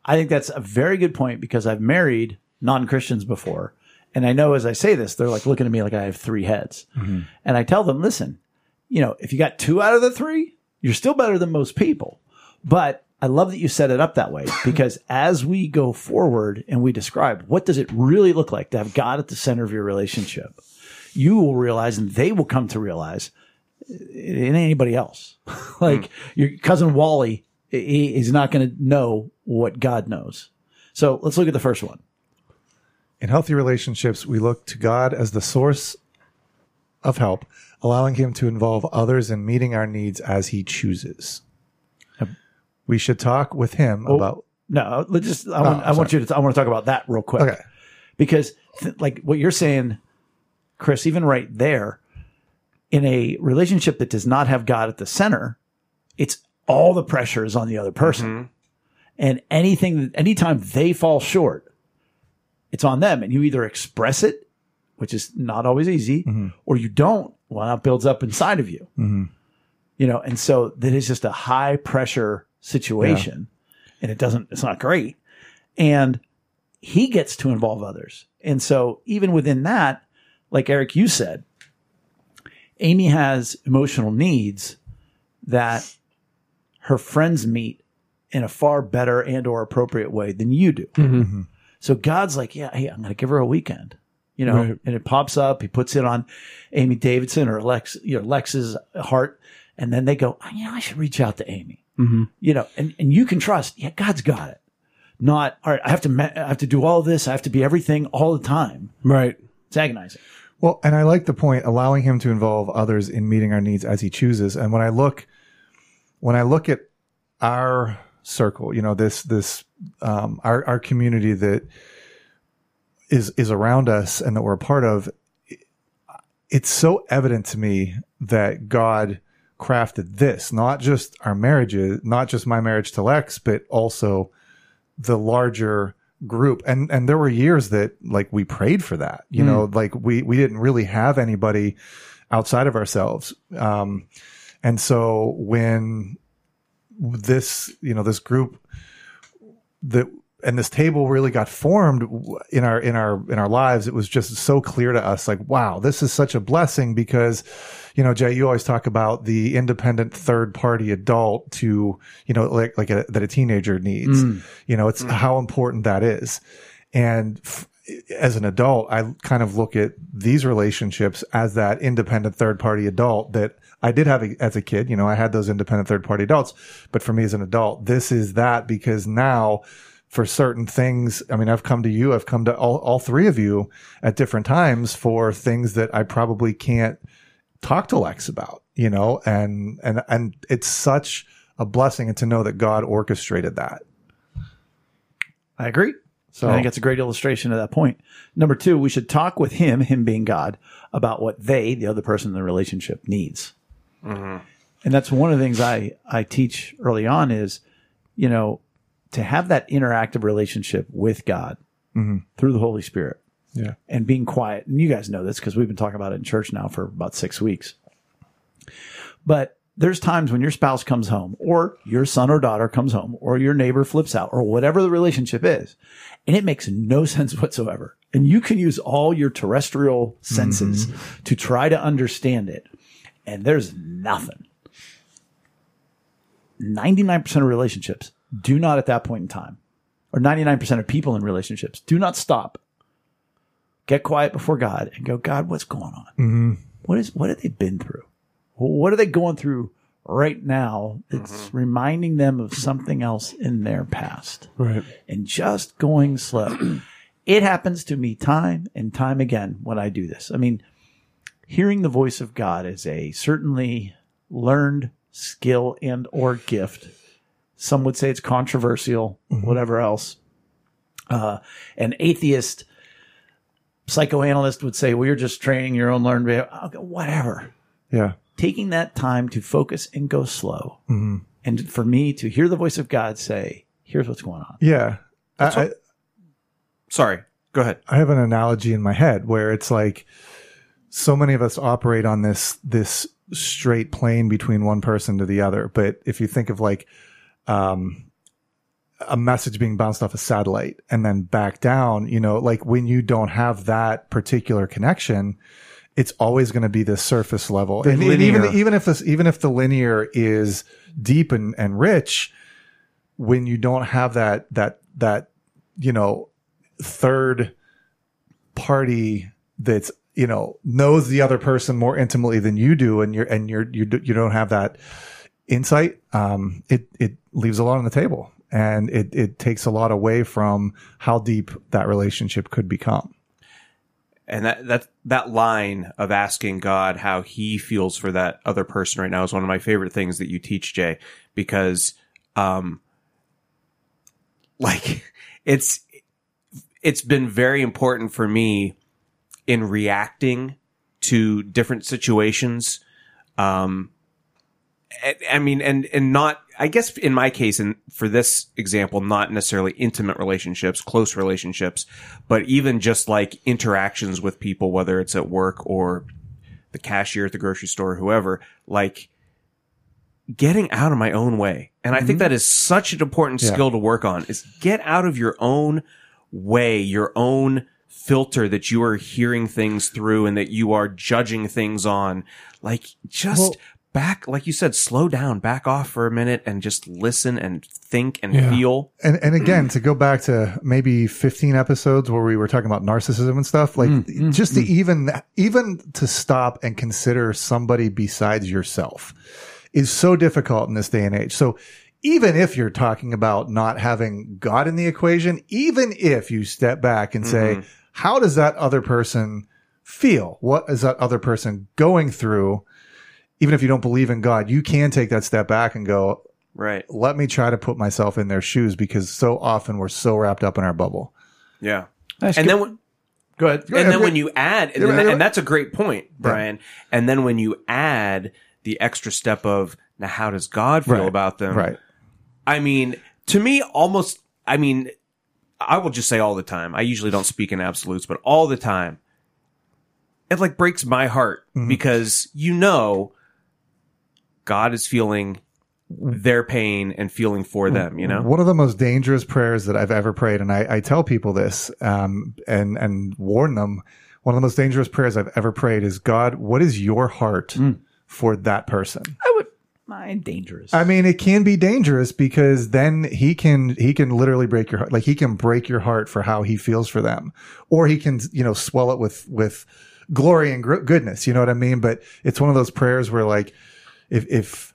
I think that's a very good point because I've married non Christians before. And I know as I say this, they're like looking at me like I have three heads. And I tell them, listen, you know, if you got two out of the three, you're still better than most people. But I love that you set it up that way because as we go forward and we describe what does it really look like to have God at the center of your relationship, you will realize and they will come to realize uh, it ain't anybody else. like your cousin Wally, he, he's not going to know what God knows. So let's look at the first one. In healthy relationships, we look to God as the source of help, allowing Him to involve others in meeting our needs as He chooses. We should talk with Him about. No, let's just. I, want, I want you to. I want to talk about that real quick Okay. because, th- like what you're saying, Chris, even right there, in a relationship that does not have God at the center, it's all the pressure is on the other Mm-hmm. person, Hmm? and anything, anytime they fall short, it's on them, and you either express it, which is not always easy, or you don't. Well, that builds up inside of you, you know, and so that is just a high pressure situation, and it doesn't. It's not great, and he gets to involve others. And so even within that, like Eric, you said, Amy has emotional needs that her friends meet in a far better and or appropriate way than you do. So God's like, yeah, hey, I'm going to give her a weekend, you know, Right. and it pops up. He puts it on Amy Davidson or Lex, you know, Lex's heart. And then they go, oh, you know, I should reach out to Amy, you know, and, and you can trust. Yeah, God's got it not all right. I have to ma- I have to do all this. I have to be everything all the time. right. It's agonizing. Well, and I like the point allowing Him to involve others in meeting our needs as He chooses. And when I look, when I look at our circle, you know, this this um, our our community that is is around us and that we're a part of, it's so evident to me that God crafted this, not just our marriages, not just my marriage to Lex, but also the larger group. And and there were years that like we prayed for that. You know, like we we didn't really have anybody outside of ourselves. Um and so when this, you know, this group that and this table really got formed w- in our in our in our lives it was just so clear to us like wow this is such a blessing because you know jay you always talk about the independent third party adult to you know like like a, that a teenager needs you know it's how important that is and f- as an adult, I kind of look at these relationships as that independent third party adult that I did have as a kid. You know, I had those independent third party adults, but for me as an adult, this is that because now for certain things, I mean, I've come to you, I've come to all, all three of you at different times for things that I probably can't talk to Lex about, you know, and, and, and it's such a blessing and to know that God orchestrated that. I agree. So I think that's a great illustration of that point. Number two, we should talk with him, him being God, about what they, the other person in the relationship, needs. Mm-hmm. And that's one of the things I, I teach early on is, you know, to have that interactive relationship with God through the Holy Spirit Mm-hmm. yeah. and being quiet. And you guys know this because we've been talking about it in church now for about six weeks. But there's times when your spouse comes home, or your son or daughter comes home, or your neighbor flips out, or whatever the relationship is, and it makes no sense whatsoever. And you can use all your terrestrial senses to try to understand it, and there's nothing. 99% of relationships do not at that point in time, or 99% of people in relationships do not stop get quiet before God and go, God, what's going on? mm-hmm. What is what have they been through? What are they going through right now? It's reminding them of something else in their past. Right. And just going slow. it happens to me time and time again when I do this. I mean, hearing the voice of God is a certainly learned skill and or gift. Some would say it's controversial, whatever else. Uh, an atheist psychoanalyst would say, well, you're just training your own learned behavior. I'll go, whatever. Yeah. Taking that time to focus and go slow. Mm-hmm. And for me to hear the voice of God say, here's what's going on. Yeah. I, I, Sorry, go ahead. I have an analogy in my head where it's like so many of us operate on this this straight plane between one person to the other. But if you think of like um, a message being bounced off a satellite and then back down, you know, like when you don't have that particular connection, it's always going to be this surface level. And, and even linear. even if this even if the linear is deep and, and rich, when you don't have that that that you know third party that's you know knows the other person more intimately than you do and you're and you're you, do- you don't have that insight um it it leaves a lot on the table and it it takes a lot away from how deep that relationship could become and that that that line of asking God how he feels for that other person right now is one of my favorite things that you teach Jay because um like it's it's been very important for me in reacting to different situations um I- I mean, and and not. I guess in my case, and for this example, not necessarily intimate relationships, close relationships, but even just like interactions with people, whether it's at work or the cashier at the grocery store, whoever. Like getting out of my own way, and I think that is such an important skill to work on. Is get out of your own way, your own filter that you are hearing things through and that you are judging things on. Like just back, like you said, slow down, back off for a minute and just listen and think and feel. and and again to go back to maybe 15 episodes where we were talking about narcissism and stuff like just to even even to stop and consider somebody besides yourself is so difficult in this day and age so even if you're talking about not having god in the equation even if you step back and say how does that other person feel what is that other person going through even if you don't believe in god you can take that step back and go Right. let me try to put myself in their shoes because so often we're so wrapped up in our bubble. Yeah. That's and good. then when, Go ahead. and then ahead. when you add, Yeah, and, then right, that- right. and that's a great point, Brian. And then when you add the extra step of now, how does God feel Right. about them? Right. I mean, to me, almost, I mean, I will just say all the time. I usually don't speak in absolutes, but all the time, it like breaks my heart Mm-hmm. because you know, God is feeling their pain and feeling for Mm-hmm. them, you know? One of the most dangerous prayers that I've ever prayed, and I, I tell people this um, and and warn them. One of the most dangerous prayers I've ever prayed is God, what is your heart for that person? I would mind dangerous. I mean, it can be dangerous because then he can he can literally break your heart. Like he can break your heart for how he feels for them, or he can you know swell it with with glory and gr- goodness. You know what I mean? But it's one of those prayers where like if if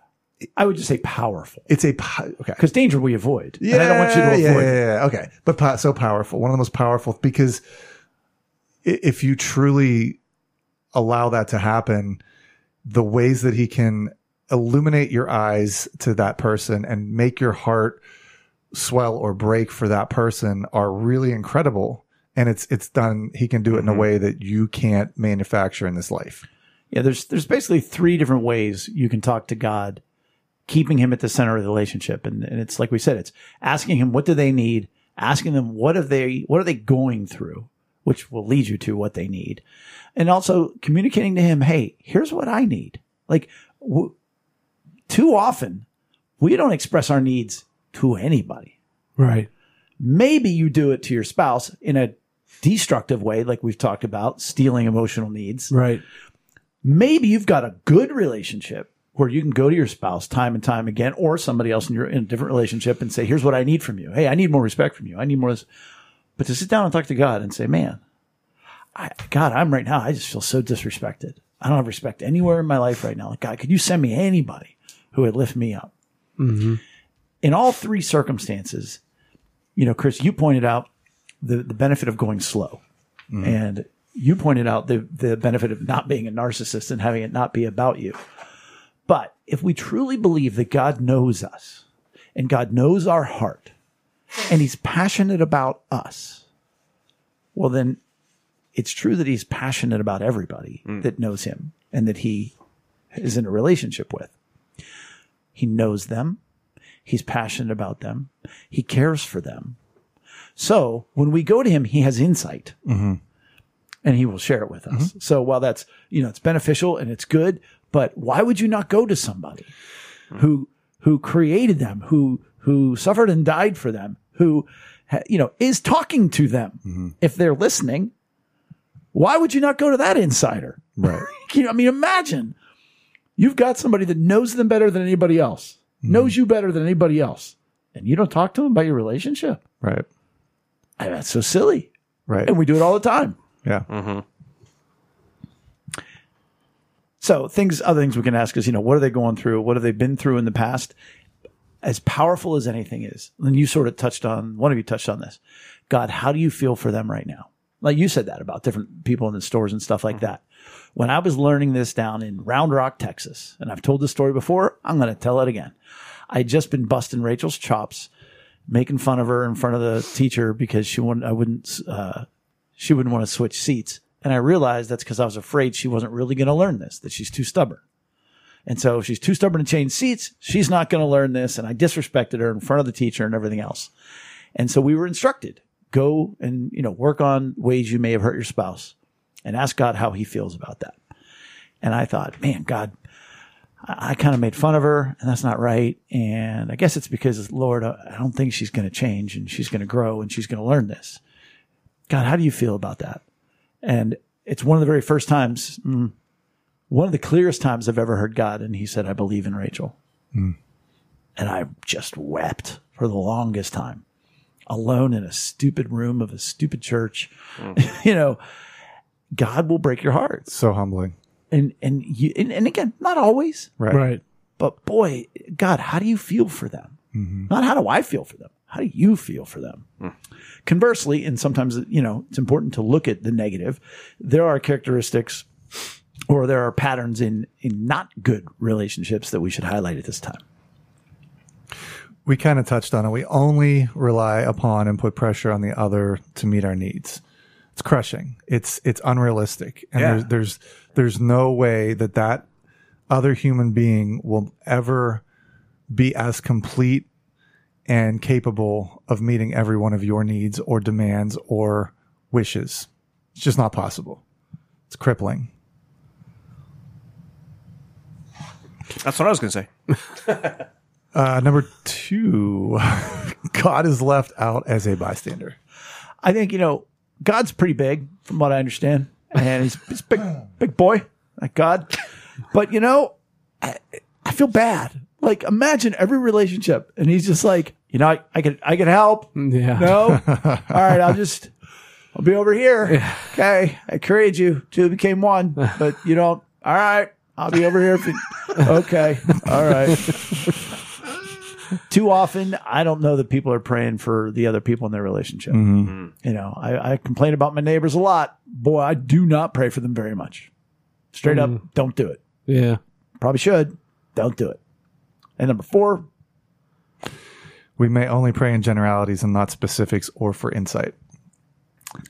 I would just say powerful it's a po- okay. because danger we avoid. and I don't want you to avoid. Yeah, yeah, yeah. Okay, but po- so powerful, one of the most powerful because i- if you truly allow that to happen, the ways that he can illuminate your eyes to that person and make your heart swell or break for that person are really incredible. And it's it's done. He can do it in a Mm-hmm. way that you can't manufacture in this life. Yeah, there's there's basically three different ways you can talk to God, keeping him at the center of the relationship. And, and it's like we said, it's asking him what do they need, asking them what have they what are they going through, which will lead you to what they need. And also communicating to him, hey, here's what I need. Like w- too often we don't express our needs to anybody Right. maybe you do it to your spouse in a destructive way like we've talked about stealing emotional needs Right. maybe you've got a good relationship where you can go to your spouse time and time again or somebody else in your in a different relationship and say here's what i need from you hey i need more respect from you i need more this but to sit down and talk to god and say man I, god i'm right now i just feel so disrespected i don't have respect anywhere in my life right now like god could you send me anybody who would lift me up in all three circumstances you know chris you pointed out the, the benefit of going slow and you pointed out the the benefit of not being a narcissist and having it not be about you. But if we truly believe that God knows us and God knows our heart and he's passionate about us, well then it's true that he's passionate about everybody that knows him and that he is in a relationship with. He knows them. He's passionate about them. He cares for them. So when we go to him, he has insight and he will share it with us. So while that's, you know, it's beneficial and it's good, but why would you not go to somebody who, who created them, who, who suffered and died for them, who, ha- you know, is talking to them if they're listening? Why would you not go to that insider? Right. Can you, I mean, imagine you've got somebody that knows them better than anybody else, knows you better than anybody else, and you don't talk to them about your relationship. Right. I mean, that's so silly. Right. And we do it all the time. yeah. So things, other things we can ask is, you know, what are they going through? What have they been through in the past? As powerful as anything is, and you sort of touched on, one of you touched on this. God, how do you feel for them right now? Like you said that about different people in the stores and stuff like that. When I was learning this down in Round Rock, Texas, and I've told this story before, I'm going to tell it again. I'd just been busting Rachel's chops, making fun of her in front of the teacher because she wouldn't, I wouldn't, uh, she wouldn't want to switch seats. And I realized that's because I was afraid she wasn't really going to learn this, that she's too stubborn. And so if she's too stubborn to change seats, she's not going to learn this. And I disrespected her in front of the teacher and everything else. And so we were instructed, go and, you know, work on ways you may have hurt your spouse and ask God how he feels about that. And I thought, man, God, I, I kind of made fun of her and that's not right. And I guess it's because Lord, I I don't think she's going to change and she's going to grow and she's going to learn this. God, how do you feel about that? And it's one of the very first times, mm, one of the clearest times I've ever heard God. And he said, I believe in Rachel. And I just wept for the longest time, alone in a stupid room of a stupid church. you know, God will break your heart. So humbling. And, and you, and, and again, not always, Right. Right. but boy, God, how do you feel for them? Not how do I feel for them? How do you feel for them? Conversely, and sometimes, you know, it's important to look at the negative. There are characteristics or there are patterns in, in not good relationships that we should highlight at this time. we kind of touched on it. We only rely upon and put pressure on the other to meet our needs. It's crushing. It's it's unrealistic, and Yeah. there's there's there's no way that that other human being will ever be as complete and capable of meeting every one of your needs or demands or wishes. It's just not possible. It's crippling. That's what I was going to say. Uh, number two, God is left out as a bystander. I think, you know, God's pretty big from what I understand. And he's, he's a big, big boy, like God. But, you know, I, I feel bad. Like imagine every relationship, and he's just like, you know, I, I could I could help. Yeah. No, all right, I'll just I'll be over here. Okay, I created you. Two became one, but you don't. All right, I'll be over here. If you, okay, all right. Too often, I don't know that people are praying for the other people in their relationship. You know, I, I complain about my neighbors a lot. Boy, I do not pray for them very much. Straight up, don't do it Yeah. probably should. Don't do it. And number four, We may only pray in generalities and not specifics or for insight.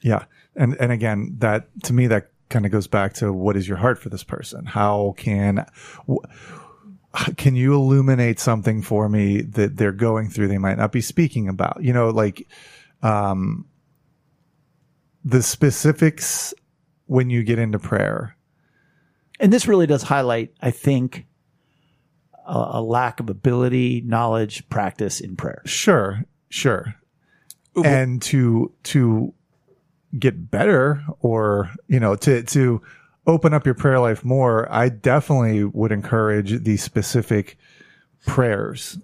Yeah. And and again, that to me that kind of goes back to what is your heart for this person? How can wh- can you illuminate something for me that they're going through they might not be speaking about? You know, like um the specifics when you get into prayer. and this really does highlight, I think, a, a lack of ability, knowledge, practice in prayer. Sure, sure. And to to get better or, you know, to to open up your prayer life more, I definitely would encourage the specific prayers,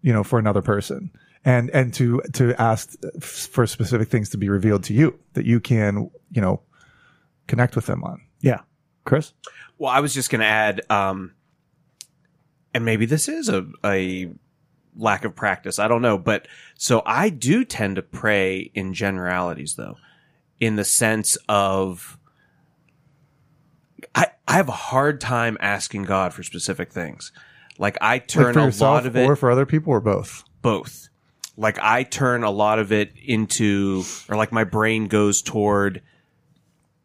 you know, for another person. And and to to ask for specific things to be revealed to you that you can, you know, connect with them on. Yeah, Chris. Well, I was just going to add, um, and maybe this is a, a lack of practice. I don't know. But so I do tend to pray in generalities, though, in the sense of I, I have a hard time asking God for specific things. Like I Like turn for a lot yourself of it or for other people or both. both. Like I turn a lot of it into, or like my brain goes toward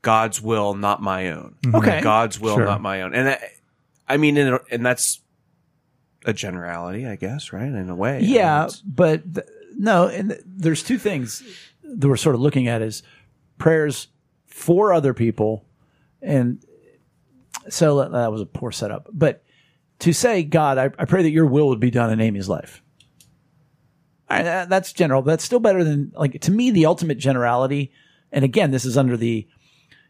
God's will, not my own. Okay. God's will, Mm-hmm. Sure. not my own. And I, I mean, and, and that's a generality, I guess, right? In a way. I mean, Yeah, it's- but th- no, and th- there's two things that we're sort of looking at is prayers for other people, and so that- that was a poor setup. But to say, God, I, I pray that Your will would be done in Amy's life. All right, that- that's general. That's still better than like to me the ultimate generality. And again, this is under the,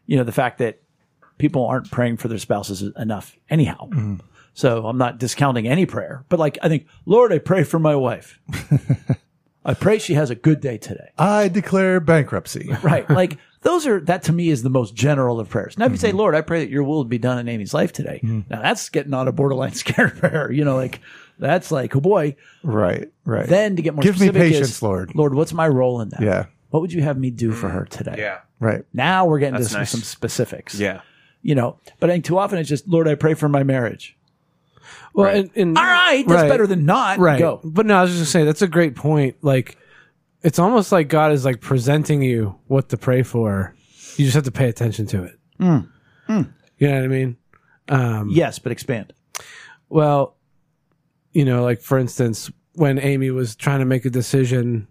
you know, the fact that people aren't praying for their spouses enough anyhow. So I'm not discounting any prayer, but like I think, Lord, I pray for my wife. I pray she has a good day today. I declare bankruptcy. Right. Like those are that to me is the most general of prayers. Now if you Mm-hmm. say, Lord, I pray that your will would be done in Amy's life today. Now that's getting on a borderline scared prayer. You know, like that's like, oh boy. right, right. Then to get more Give me specific is, patience, Lord. Lord, what's my role in that? Yeah. What would you have me do for her today? Mm-hmm. Yeah. right. Now we're getting to some, nice. some specifics. Yeah. You know, but I think too often it's just, Lord, I pray for my marriage. Well, Right. and, and All right, that's Right. better than not. right. Go. But no, I was just gonna say that's a great point. Like, it's almost like God is like presenting you what to pray for. You just have to pay attention to it. You know what I mean? Um, Yes, but expand. Well, you know, like for instance, when Amy was trying to make a decision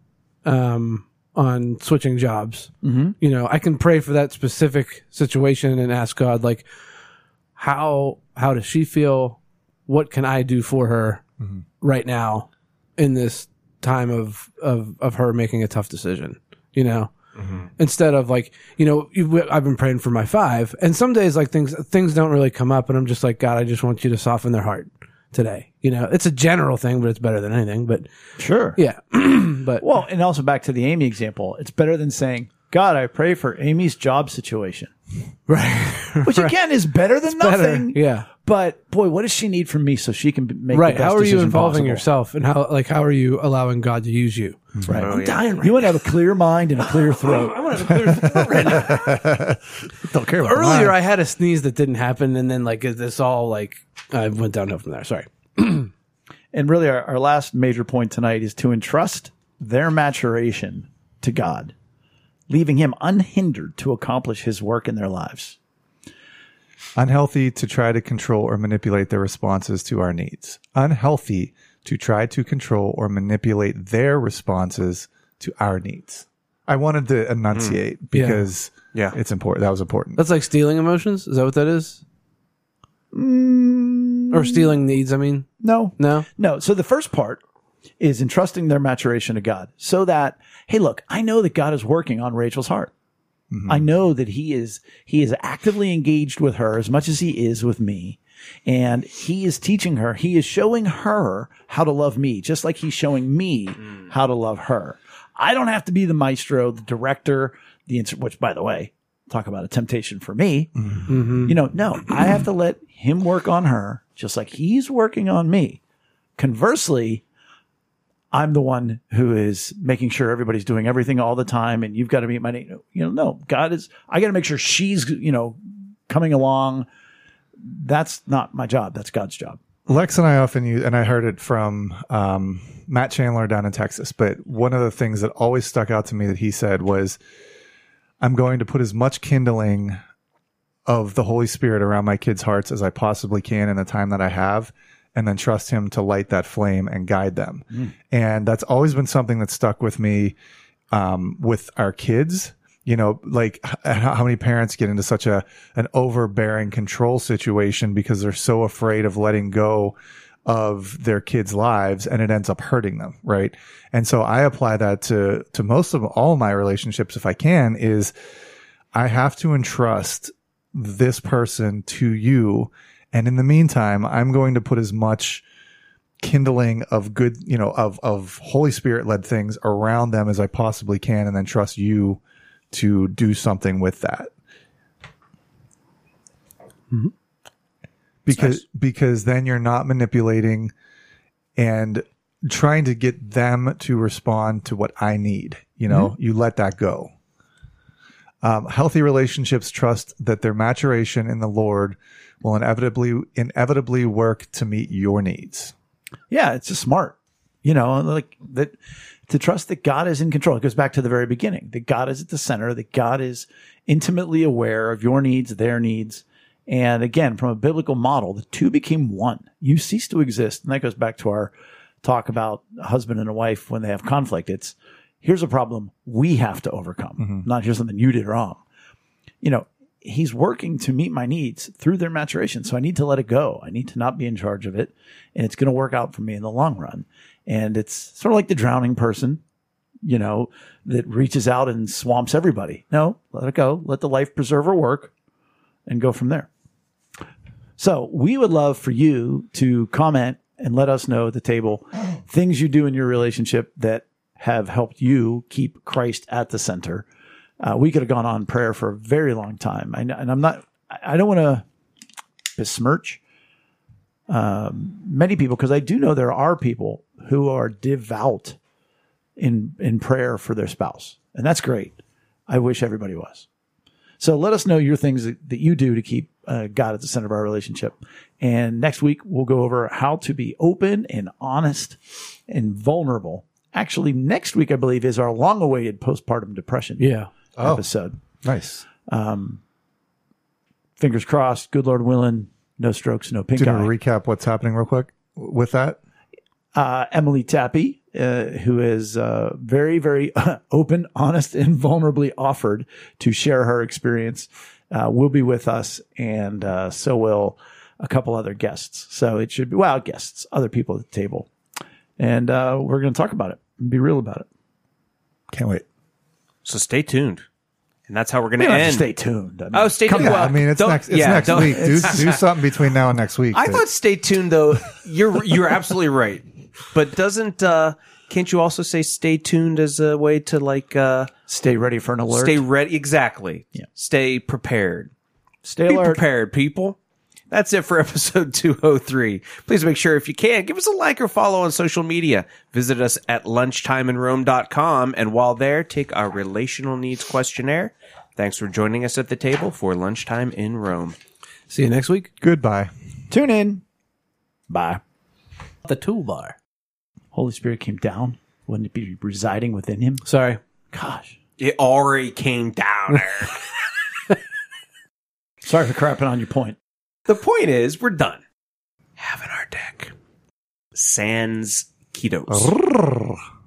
um, on switching jobs, mm-hmm. you know, I can pray for that specific situation and ask God, like, how how does she feel? What can I do for her right now in this time of of of her making a tough decision? You know. Instead of like you know, you- I've been praying for my five, and some days like things things don't really come up, and I'm just like God, I just want you to soften their heart today. You know, it's a general thing, but it's better than anything. But Sure. yeah, but Well, and also back to the Amy example, it's better than saying, God, I pray for Amy's job situation, right, which again is better than better, nothing. yeah, But boy, what does she need from me so she can b- make right. The best How are you decision involving possible? yourself, and how like how are you allowing God to use you? Right. Oh, I'm yeah. dying. Right you want to have a clear mind and a clear throat. I want to clear Don't care about mine. Earlier, I had a sneeze that didn't happen, and then like this all like I went downhill from there. Sorry. and really, our, our last major point tonight is to entrust their maturation to God, leaving Him unhindered to accomplish His work in their lives. Unhealthy to try to control or manipulate their responses to our needs. Unhealthy to try to control or manipulate their responses to our needs. I wanted to enunciate because Yeah. it's important. That was important. That's like stealing emotions. Is that what that is? Mm. Or stealing needs? I mean, No, no. No. So the first part is entrusting their maturation to God so that, hey, look, I know that God is working on Rachel's heart. I know that he is he is actively engaged with her as much as he is with me. And he is teaching her, he is showing her how to love me, just like he's showing me how to love her. I don't have to be the maestro, the director, the ins- which by the way, talk about a temptation for me. Mm-hmm. You know, no, I have to let him work on her just like he's working on me. Conversely, I'm the one who is making sure everybody's doing everything all the time and you've got to meet my name. You know, no, God is, I got to make sure she's, you know, coming along. That's not my job. That's God's job. Lex and I often use, and I heard it from um, Matt Chandler down in Texas, but one of the things that always stuck out to me that he said was, I'm going to put as much kindling of the Holy Spirit around my kids' hearts as I possibly can in the time that I have, and then trust Him to light that flame and guide them. And that's always been something that stuck with me um, with our kids. You know, like h- how how many parents get into such a an overbearing control situation because they're so afraid of letting go of their kids' lives, and it ends up hurting them, right? And so I apply that to to most of all my relationships, if I can, is I have to entrust this person to you, and in the meantime, I'm going to put as much kindling of good, you know, of of Holy Spirit led things around them as I possibly can, and then trust you to do something with that. Because because then you're not manipulating and trying to get them to respond to what I need. You know, you let that go. Um, healthy relationships trust that their maturation in the Lord will inevitably inevitably work to meet your needs. Yeah, it's just smart. You know, like that to trust that God is in control. It goes back to the very beginning that God is at the center, that God is intimately aware of your needs, their needs. And again, from a biblical model, the two became one. You cease to exist. And that goes back to our talk about a husband and a wife when they have conflict. It's here's a problem we have to overcome, not here's something you did wrong you know, he's working to meet my needs through their maturation. So I need to let it go. I need to not be in charge of it. And it's going to work out for me in the long run. And it's sort of like the drowning person, you know, that reaches out and swamps everybody. No, let it go. Let the life preserver work and go from there. So we would love for you to comment and let us know at the table things you do in your relationship that have helped you keep Christ at the center. Uh, we could have gone on prayer for a very long time. I, and I'm not, I- I don't want to besmirch um, many people because I do know there are people who are devout in in prayer for their spouse, and that's great. I wish everybody was. So let us know your things that, that you do to keep uh, God at the center of our relationship. And next week we'll go over how to be open and honest and vulnerable. Actually, next week I believe is our long-awaited postpartum depression Yeah. Oh. episode. Oh, Um, Nice. Fingers crossed. Good Lord willing, no strokes, no pink Do you eye. want to recap what's happening real quick with that? uh, Emily Tappy, uh, who is uh, very, very open, honest, and vulnerably offered to share her experience, uh, will be with us, and uh, so will a couple other guests. So it should be, well, guests, other people at the table. And uh, we're going to talk about it and be real about it. Can't wait. So stay tuned, and that's how we're going We to don't have to end. stay tuned. I mean, oh, stay tuned. Yeah, Well, I mean it's don't- next. It's yeah, next don't- week. Do, do something between now and next week. I that- thought stay tuned though. You're you're absolutely right. But doesn't uh can't you also say stay tuned as a way to like uh stay ready for an alert. stay ready exactly. Yeah. Stay prepared. Stay Be prepared, people. That's it for episode 203. Please make sure if you can, give us a like or follow on social media. Visit us at lunchtimeinrome.com and while there, take our relational needs questionnaire. Thanks for joining us at the table for Lunchtime in Rome. See you next week. Goodbye. Tune in. Bye. The toolbar. Holy Spirit came down. Wouldn't it be residing within him? Sorry. Gosh. It already came down. Sorry for crapping on your point. The point is, we're done. Having our deck. Sans Ketos.